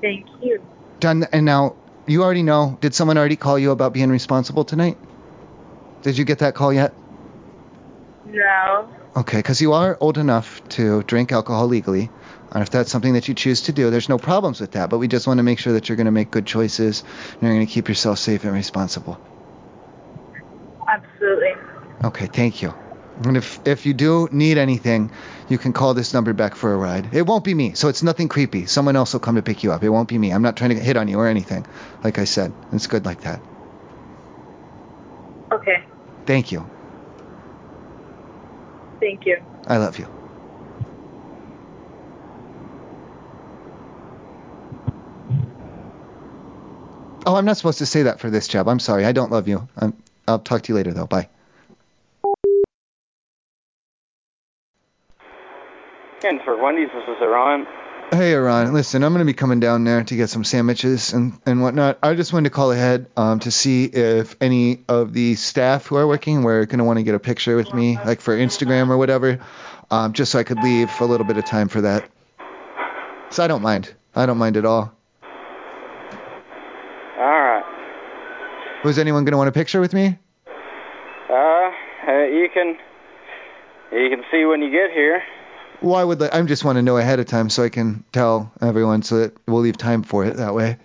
N: Thank you.
B: Done. And now you already know. Did someone already call you about being responsible tonight? Did you get that call yet?
N: No.
B: Okay, because you are old enough to drink alcohol legally. And if that's something that you choose to do, there's no problems with that. But we just want to make sure that you're going to make good choices and you're going to keep yourself safe and responsible.
N: Absolutely.
B: Okay, thank you. And if, if you do need anything, you can call this number back for a ride. It won't be me, so it's nothing creepy. Someone else will come to pick you up. It won't be me. I'm not trying to hit on you or anything. Like I said, it's good like that.
N: Okay.
B: Thank you.
N: Thank you.
B: I love you. Oh, I'm not supposed to say that for this job. I'm sorry. I don't love you. I'm, I'll talk to you later, though. Bye.
F: And for Wendy's, this is Iran.
B: Hey, Aaron. Listen, I'm going to be coming down there to get some sandwiches and, and whatnot. I just wanted to call ahead um, to see if any of the staff who are working were going to want to get a picture with me, like for Instagram or whatever, um, just so I could leave a little bit of time for that. So I don't mind. I don't mind at all.
F: All right.
B: Was anyone going to want a picture with me?
F: Uh, uh, you can you can see when you get here.
B: Well, I would. Li- I just want to know ahead of time so I can tell everyone so that we'll leave time for it that way.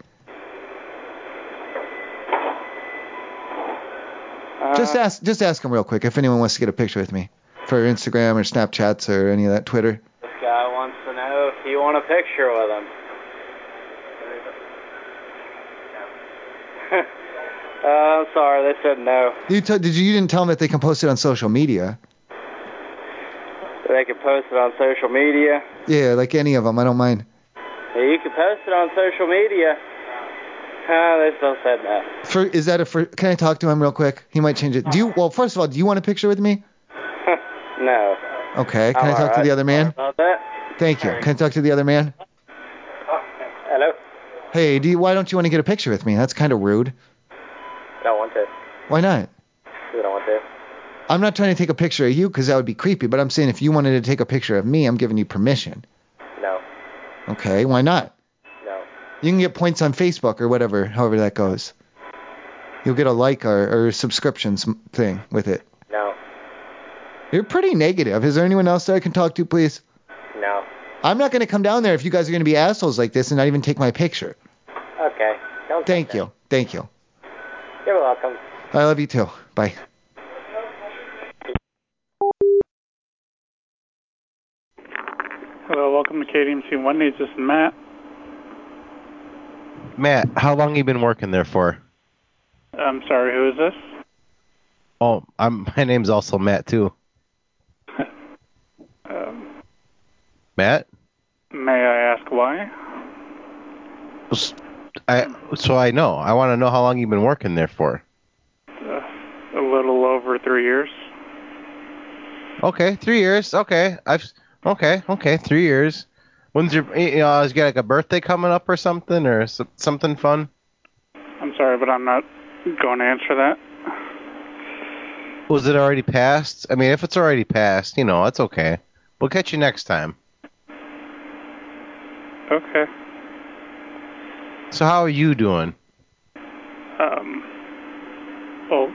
F: Uh,
B: just ask. Just ask them real quick if anyone wants to get a picture with me for Instagram or Snapchats or any of that Twitter.
F: This guy wants to know if you want a picture with him. uh, I'm sorry, they said no.
B: You t- did you, you didn't tell them that they can post it on social media.
F: They can post it on social media.
B: Yeah, like any of them. I don't mind.
F: Yeah, you can post it on social media. Uh, they still said no.
B: For is that a for? Can I talk to him real quick? He might change it. Do you? Well, first of all, do you want a picture with me?
F: no.
B: Okay. Can
F: I'm
B: I talk to
F: alright.
B: the other man?
F: About that?
B: Thank you. Can I talk to the other man?
F: Hello?
B: Hey, do you, why don't you want to get a picture with me? That's kind of rude.
F: Don't want to.
B: Why not?
F: We don't want to.
B: I'm not trying to take a picture of you 'cause that would be creepy, but I'm saying if you wanted to take a picture of me, I'm giving you permission.
F: No.
B: Okay, why not?
F: No.
B: You can get points on Facebook or whatever, however that goes. You You'll get a like or, or subscriptions thing with it.
S: No.
B: You're pretty negative. Is there anyone else that I can talk to, please?
S: No.
B: I'm not going to come down there if you guys are going to be assholes like this and not even take my picture.
S: Okay. Don't
B: Thank you. Thank you.
S: You're welcome.
B: I love you too. Bye.
G: Hello, welcome to KDMC One News. This is Matt.
D: Matt, how long you been working there for?
G: I'm sorry, who is this?
D: Oh, I'm, my name's also Matt too.
G: Um,
D: Matt,
G: may I ask why?
D: S- I so I know. I want to know how long you've been working there for.
G: Uh, a little over three years.
D: Okay, three years. Okay, I've okay, okay, three years. When's your you know? Is you got like a birthday coming up or something or s- something fun?
G: I'm sorry, but I'm not going to answer that.
D: Was it already passed? I mean, if it's already passed, you know, it's okay. We'll catch you next time.
G: Okay.
D: So how are you doing?
G: Um, well,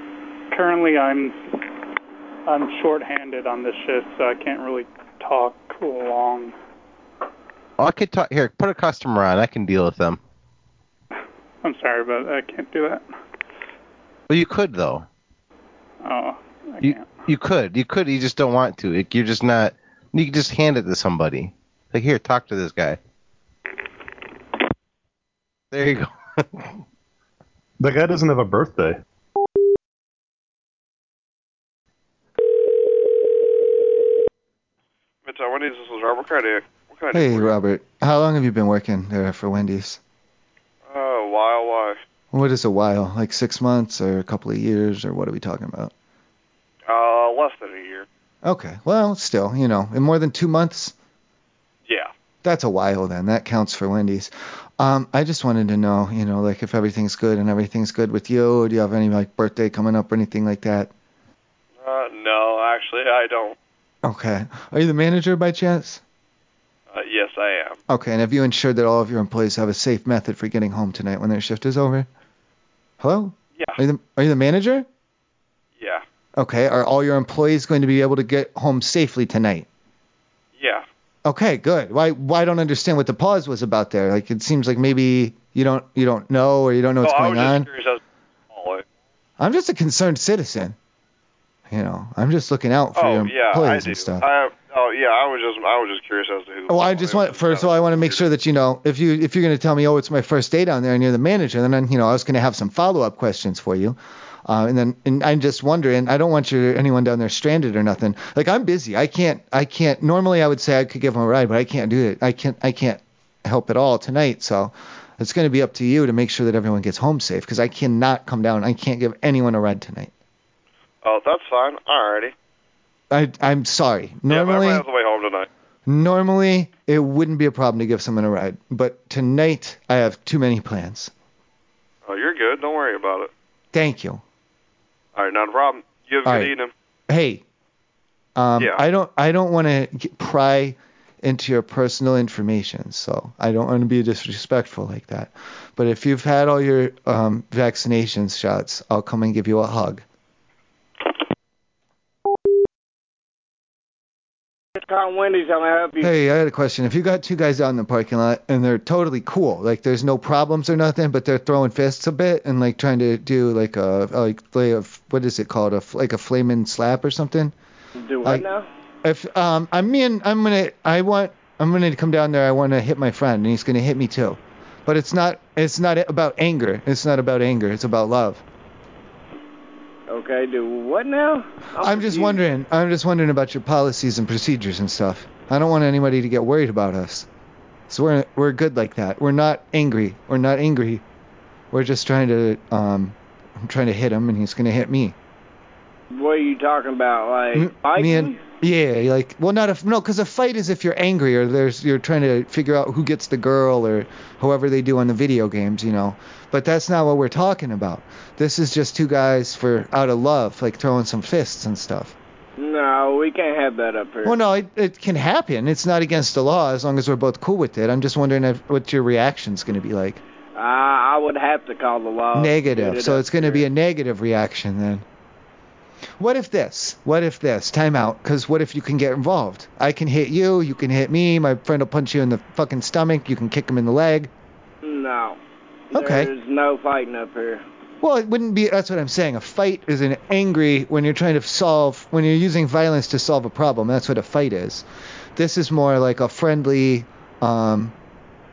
G: currently I'm I'm shorthanded on this shift, so I can't really talk long.
D: Oh, I could talk here. Put a customer on. I can deal with them.
G: I'm sorry, but I can't do that.
D: Well, you could though.
G: Oh,
D: You you could. You could. You just don't want to. Like, You're just not. You can just hand it to somebody. Like here, talk to this guy. There you go.
I: The guy doesn't have a birthday.
J: It's uh, Wendy's. This is Robert Cardiac. What can I
B: Hey,
J: do? for you?
B: Robert. How long have you been working there for Wendy's?
J: Oh, why, why?
B: What is a while? Like six months or a couple of years or what are we talking about?
J: Uh, less than a year.
B: Okay. Well, still, you know, in more than two months,
J: Yeah.
B: that's a while then. That counts for Wendy's. Um, I just wanted to know, you know, like if everything's good and everything's good with you. Or do you have any like birthday coming up or anything like that?
J: Uh, no, actually, I don't.
B: Okay. Are you the manager by chance?
J: Uh, yes, I am.
B: Okay. And have you ensured that all of your employees have a safe method for getting home tonight when their shift is over? Hello?
J: Yeah.
B: Are you the, are you the manager?
J: Yeah.
B: Okay. Are all your employees going to be able to get home safely tonight?
J: Yeah.
B: Okay, good. Why why I don't understand what the pause was about there? Like it seems like maybe you don't you don't know or you don't know what's
J: oh, I
B: going
J: was just
B: on.
J: curious. I was oh,
B: I'm just a concerned citizen. You know, I'm just looking out for your
J: Oh, yeah, I
B: employees
J: do.
B: and stuff.
J: I, oh, yeah, I was just, I was just curious as to who.
B: well, Oh, I just want first of all I want to make sure that you know if you if you're going to tell me oh it's my first day down there and you're the manager then I'm, you know I was going to have some follow up questions for you. Uh, and then and I'm just wondering I don't want your anyone down there stranded or nothing. Like I'm busy. I can't I can't normally I would say I could give them a ride but I can't do it. I can't I can't help at all tonight. So it's going to be up to you to make sure that everyone gets home safe because I cannot come down. I can't give anyone a ride tonight.
J: Oh, that's fine. Alrighty.
B: I I'm sorry. Normally
J: yeah, my on the way home tonight.
B: Normally, it wouldn't be a problem to give someone a ride, but tonight I have too many plans.
J: Oh, you're good. Don't worry about it.
B: Thank you.
J: All right, not a problem. You have a
B: All
J: good
B: right.
J: evening.
B: Hey, um,
J: Yeah.
B: I don't I don't want to pry into your personal information, so I don't want to be disrespectful like that. But if you've had all your um, vaccination shots, I'll come and give you a hug.
X: It's Con Wendy's. How may I help you?
B: Hey, I got a question. If you got two guys out in the parking lot and they're totally cool, like there's no problems or nothing, but they're throwing fists a bit and like trying to do like a like lay of what is it called a f- like a flaming slap or something.
X: Do what
B: Like-
X: now?
B: If um I mean I'm gonna I want I'm gonna come down there. I want to hit my friend and he's gonna hit me too, but it's not it's not about anger. It's not about anger. It's about love.
X: Okay, do what now?
B: I'm just wondering. I'm just wondering about your policies and procedures and stuff. I don't want anybody to get worried about us. So we're we're good like that. We're not angry. We're not angry. We're just trying to um, I'm trying to hit him and he's gonna hit me.
X: What are you talking about? Like
B: M-
X: fighting?
B: me and yeah, like well not if no, 'cause a fight is if you're angry or there's you're trying to figure out who gets the girl or however they do on the video games, you know. But that's not what we're talking about. This is just two guys for out of love, like throwing some fists and stuff.
X: No, we can't have that up here.
B: Well, no, it, it can happen. It's not against the law as long as we're both cool with it. I'm just wondering if, what your reaction's going to be like.
C: Uh, I would have to call the law.
B: negative. So it's going to be a negative reaction then. What if this? What if this? Time out. Because what if you can get involved? I can hit you. You can hit me. My friend will punch you in the fucking stomach. You can kick him in the leg.
C: No.
B: Okay.
C: There's no fighting up here.
B: Well, it wouldn't be. That's what I'm saying. A fight is an angry when you're trying to solve, when you're using violence to solve a problem. That's what a fight is. This is more like a friendly, um,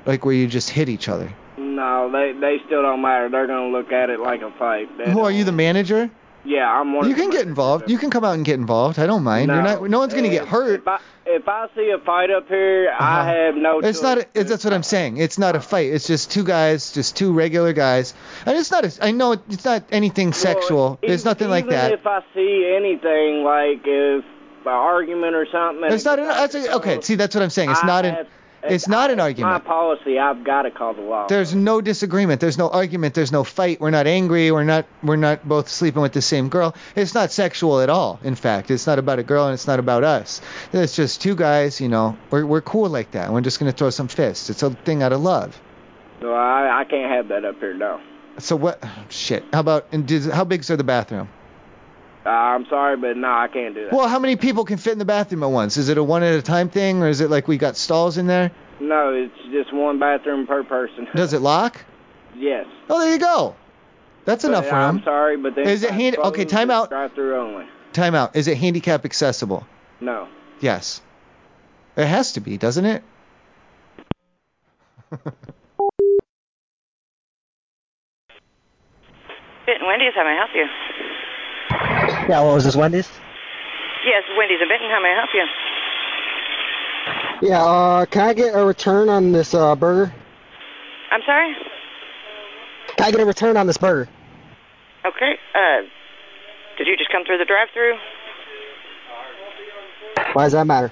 B: like where you just hit each other.
C: No, they they still don't matter. They're gonna look at it like a fight. They-
B: Who are you, the manager?
C: yeah, I'm um, one.
B: You
C: of the-
B: can get involved. You can come out and get involved. I don't mind. You're
C: No.
B: not. No one's gonna get hurt.
C: Uh,
B: Uh-huh.
C: If I see a fight up here, I have no.
B: It's not. A, it's, that's what I'm saying. It's not a fight. It's just two guys, just two regular guys. And it's not. A, I know it- it's not anything sexual. There's nothing like
C: Even
B: that.
C: if I see anything like if an argument or something, uh,
B: It's not an. That's a, okay. See, that's what I'm saying. It's
C: I
B: not an.
C: have-
B: It's not an
C: my
B: argument.
C: policy. I've got to call the law.
B: There's no disagreement. There's no argument. There's no fight. We're not angry. We're not. We're not both sleeping with the same girl. It's not sexual at all. In fact, it's not about a girl and it's not about us. It's just two guys. You know, we're we're cool like that. We're just gonna throw some fists. It's a thing out of love.
C: So I I can't have that up here. No.
B: So what? Shit. How about? And does, how big's are the bathroom?
C: Uh, I'm sorry, but no, I can't do that.
B: Well, how many people can fit in the bathroom at once? Is it a one at a time thing, or is it like we got stalls in there?
C: No, it's just one bathroom per person.
B: Does it lock?
C: Yes.
B: Oh, there you go. That's
C: But
B: enough room.
C: I'm sorry, but then
B: Is it hand- okay, time out.
C: Drive through only.
B: Time out. Is it handicap accessible?
C: No.
B: Yes. It has to be, doesn't it?
Y: Fit and Wendy's, how may I help you?
L: Yeah, what was this, Wendy's?
Y: Yes, Wendy's in Benton, how may I help you?
L: Yeah, uh, can I get a return on this uh, burger?
Y: I'm sorry?
L: Can I get a return on this burger?
Y: Okay, uh, did you just come through the drive through?
L: Why does that matter?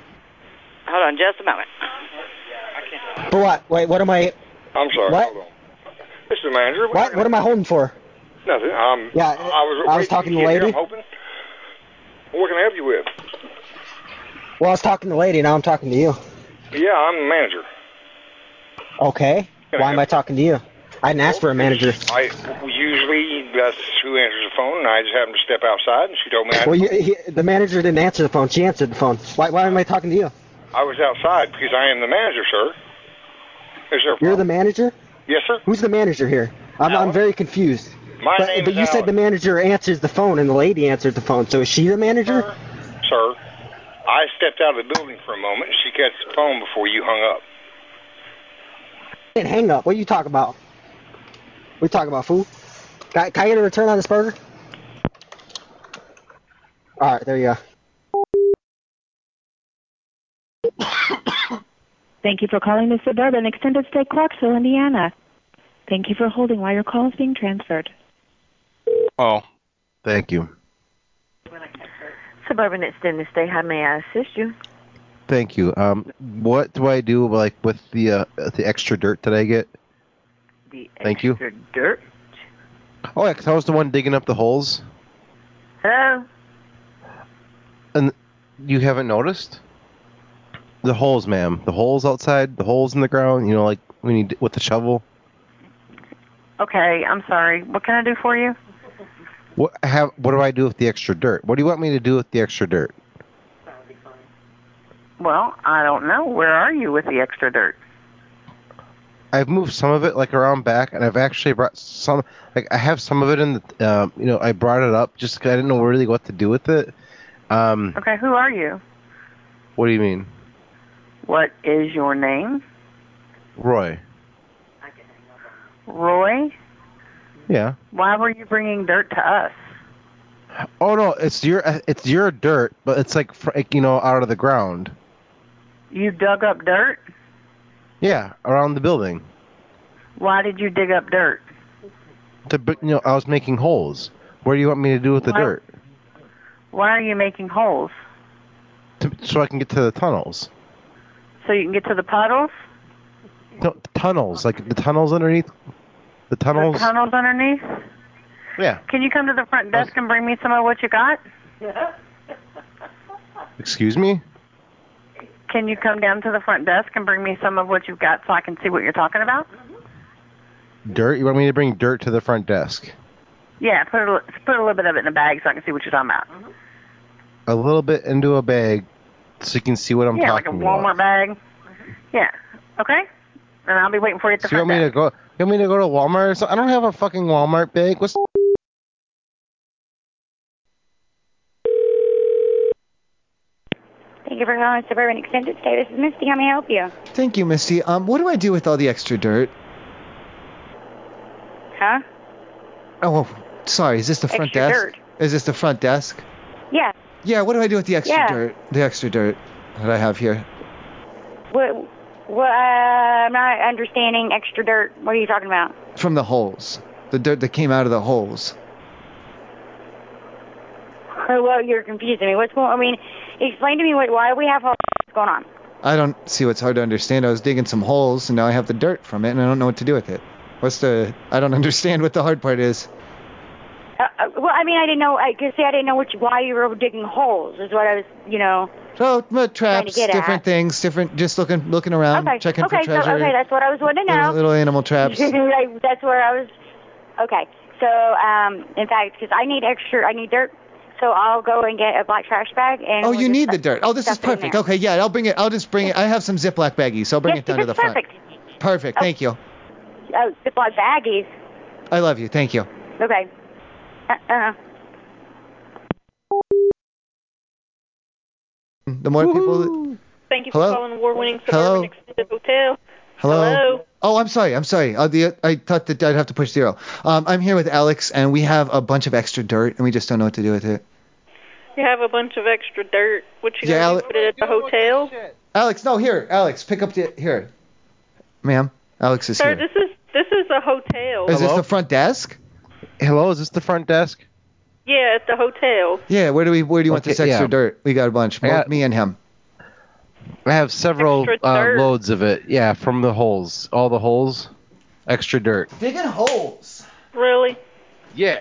Y: Hold on just a moment.
L: For what? Wait, what am I?
J: I'm sorry.
L: What?
J: Hold on. Mr. Manager, we're
L: What?
J: not
L: What am I holding for?
J: gonna- Nothing. Um,
L: Yeah,
J: I was,
L: I was
J: waiting
L: talking
J: to
L: to
J: get here,
L: lady.
J: I'm hoping. What can I help you with?
L: Well, I was talking to the lady, now I'm talking to you.
J: Yeah, I'm the manager.
L: Okay. Why am I talking to you? I didn't ask for a manager.
J: I usually that's who answers the phone, and I just happened to step outside, and she told me I,
L: Well, you, he, the manager didn't answer the phone. She answered the phone. Why? Why am I talking to you?
J: I was outside because I am the manager, sir. Is there?
L: You're the manager.
J: Yes, sir.
L: Who's the manager here? I'm, I'm very confused.
J: My
L: but,
J: name
L: but
J: is
L: you said the manager answers the phone and the lady answered the phone. So is she the manager?
J: Sir, I stepped out of the building for a moment. She catch the phone before you hung up.
L: And hang up. What you talking about? We talking about food? Can, I- can I get a return on this burger? All right, there you go.
Z: Thank you for calling the Suburban Extended Stay Clarksville, Indiana. Thank you for holding while your call is being transferred.
D: Oh, thank you.
P: Suburban Extended Stay, how may I assist you?
D: Thank you. Um, what do I do like with the uh, the extra dirt that I get?
P: The
D: Thank you.
P: extra dirt.
D: Oh, yeah, 'cause I was the one digging up the holes,
P: Hello?
D: and you haven't noticed the holes, ma'am. The holes outside, the holes in the ground. You know, like when you d- with the shovel.
P: Okay, I'm sorry. What can I do for you?
D: What I have? What do I do with the extra dirt? What do you want me to do with the extra dirt?
P: Well, I don't know. Where are you with the extra dirt?
D: I've moved some of it like around back, and I've actually brought some. Like I have some of it in the. Um, you know, I brought it up just 'cause I didn't know really what to do with it. Um,
P: Okay, who are you?
D: what do you mean,
P: What is your name?
D: Roy?
P: Roy?
D: Yeah.
P: Why were you bringing dirt to us?
D: Oh no, it's your it's your dirt, but it's like fr- like, you know out of the ground.
P: You dug up dirt?
D: Yeah, around the building.
P: Why did you dig up dirt?
D: To bu- you know, I was making holes. What do you want me to do with the
P: Why-
D: dirt?
P: Why are you making holes?
D: To, so I can get to the tunnels.
P: So you can get to the puddles?
D: No, tunnels, like the tunnels underneath. The tunnels.
P: The tunnels underneath?
D: yeah.
P: Can you come to the front desk and bring me some of what you got?
D: Excuse me.
P: Can you come down to the front desk and bring me some of what you've got so I can see what you're talking about?
D: Dirt? You want me to bring dirt to the front desk?
T: Yeah, put a, li- put a little bit of it in a bag so I can see what you're talking about.
D: A little bit into a bag so you can see what I'm
T: yeah, like a
D: talking about.
T: Walmart bag. Yeah. Okay. And I'll be waiting for you at the
D: So you
T: front
D: want me to go? You want me to go to Walmart? or something? I don't have a fucking Walmart bag. What's
H: Thank you for calling Suburban Extended Stay. This is Misty. How may I help you?
B: Thank you, Misty. Um, what do I do with all the extra dirt?
H: Huh?
B: Oh, sorry. Is this the front
H: Extra
B: desk?
H: dirt.
B: Is this the front desk?
H: Yeah.
B: Yeah. What do I do with the extra
H: Yeah.
B: dirt? The extra dirt that I have here.
H: What? What? Uh, I'm not understanding extra dirt. What are you talking about?
B: From the holes. The dirt that came out of the holes.
H: Oh, well, you're confusing me. What's going? I mean, explain to me what, why we have all what's going on.
B: I don't see what's hard to understand. I was digging some holes and now I have the dirt from it and I don't know what to do with it. What's the I don't understand what the hard part is.
H: Uh, uh, well, I mean, I didn't know. I guess I didn't know which why you were digging holes. Is what I was, you know.
B: So uh, traps,
H: get at.
B: different things, different just looking looking around,
H: okay.
B: checking
H: okay.
B: Um, for treasure.
H: So, okay, that's what I was wanting to know.
B: little, little animal traps.
H: Like, that's where I was. Okay. So, um, in fact, because I need extra, I need dirt. So I'll go and get a black trash bag and.
B: Oh,
H: we'll
B: you
H: just
B: need
H: put
B: the dirt. Oh, this is
H: stuff in
B: perfect.
H: there.
B: Okay, yeah, I'll bring it. I'll just bring it. I have some Ziploc baggies, so I'll bring
H: Yes,
B: it down to the
H: this is
B: front.
H: perfect.
B: Perfect. Thank you.
H: Oh, the black baggies.
B: I love you. Thank you.
H: Okay. Uh, uh,
B: The more people.
Q: Thank you for
B: Hello?
Q: calling award-winning
B: Hello?
Q: Suburban Extended Hotel.
B: Hello.
Q: Hello?
B: Oh, I'm sorry. I'm sorry. Uh, the, I thought that I'd have to push zero. Um, I'm here with Alex, and we have a bunch of extra dirt, and we just don't know what to do with it.
Q: You have a bunch of extra dirt. What you
B: Yeah,
Q: gonna
B: I'll-
Q: do, put it at the hotel?
B: Alex, no, here. Alex, pick up the here. Ma'am, Alex is
Q: Sir,
B: here.
Q: this is this is a hotel.
B: Is this the front desk?
D: Hello, is this the front desk?
Q: yeah, at the hotel.
B: Yeah. Where do we? Where do you want
D: Okay,
B: this extra
D: yeah.
B: dirt? We got a bunch. Both me and him.
D: I have several
Q: Extra
D: uh,
Q: dirt.
D: loads of it. Yeah, from the holes, all the holes, extra dirt.
B: Digging holes.
Q: Really?
D: Yeah.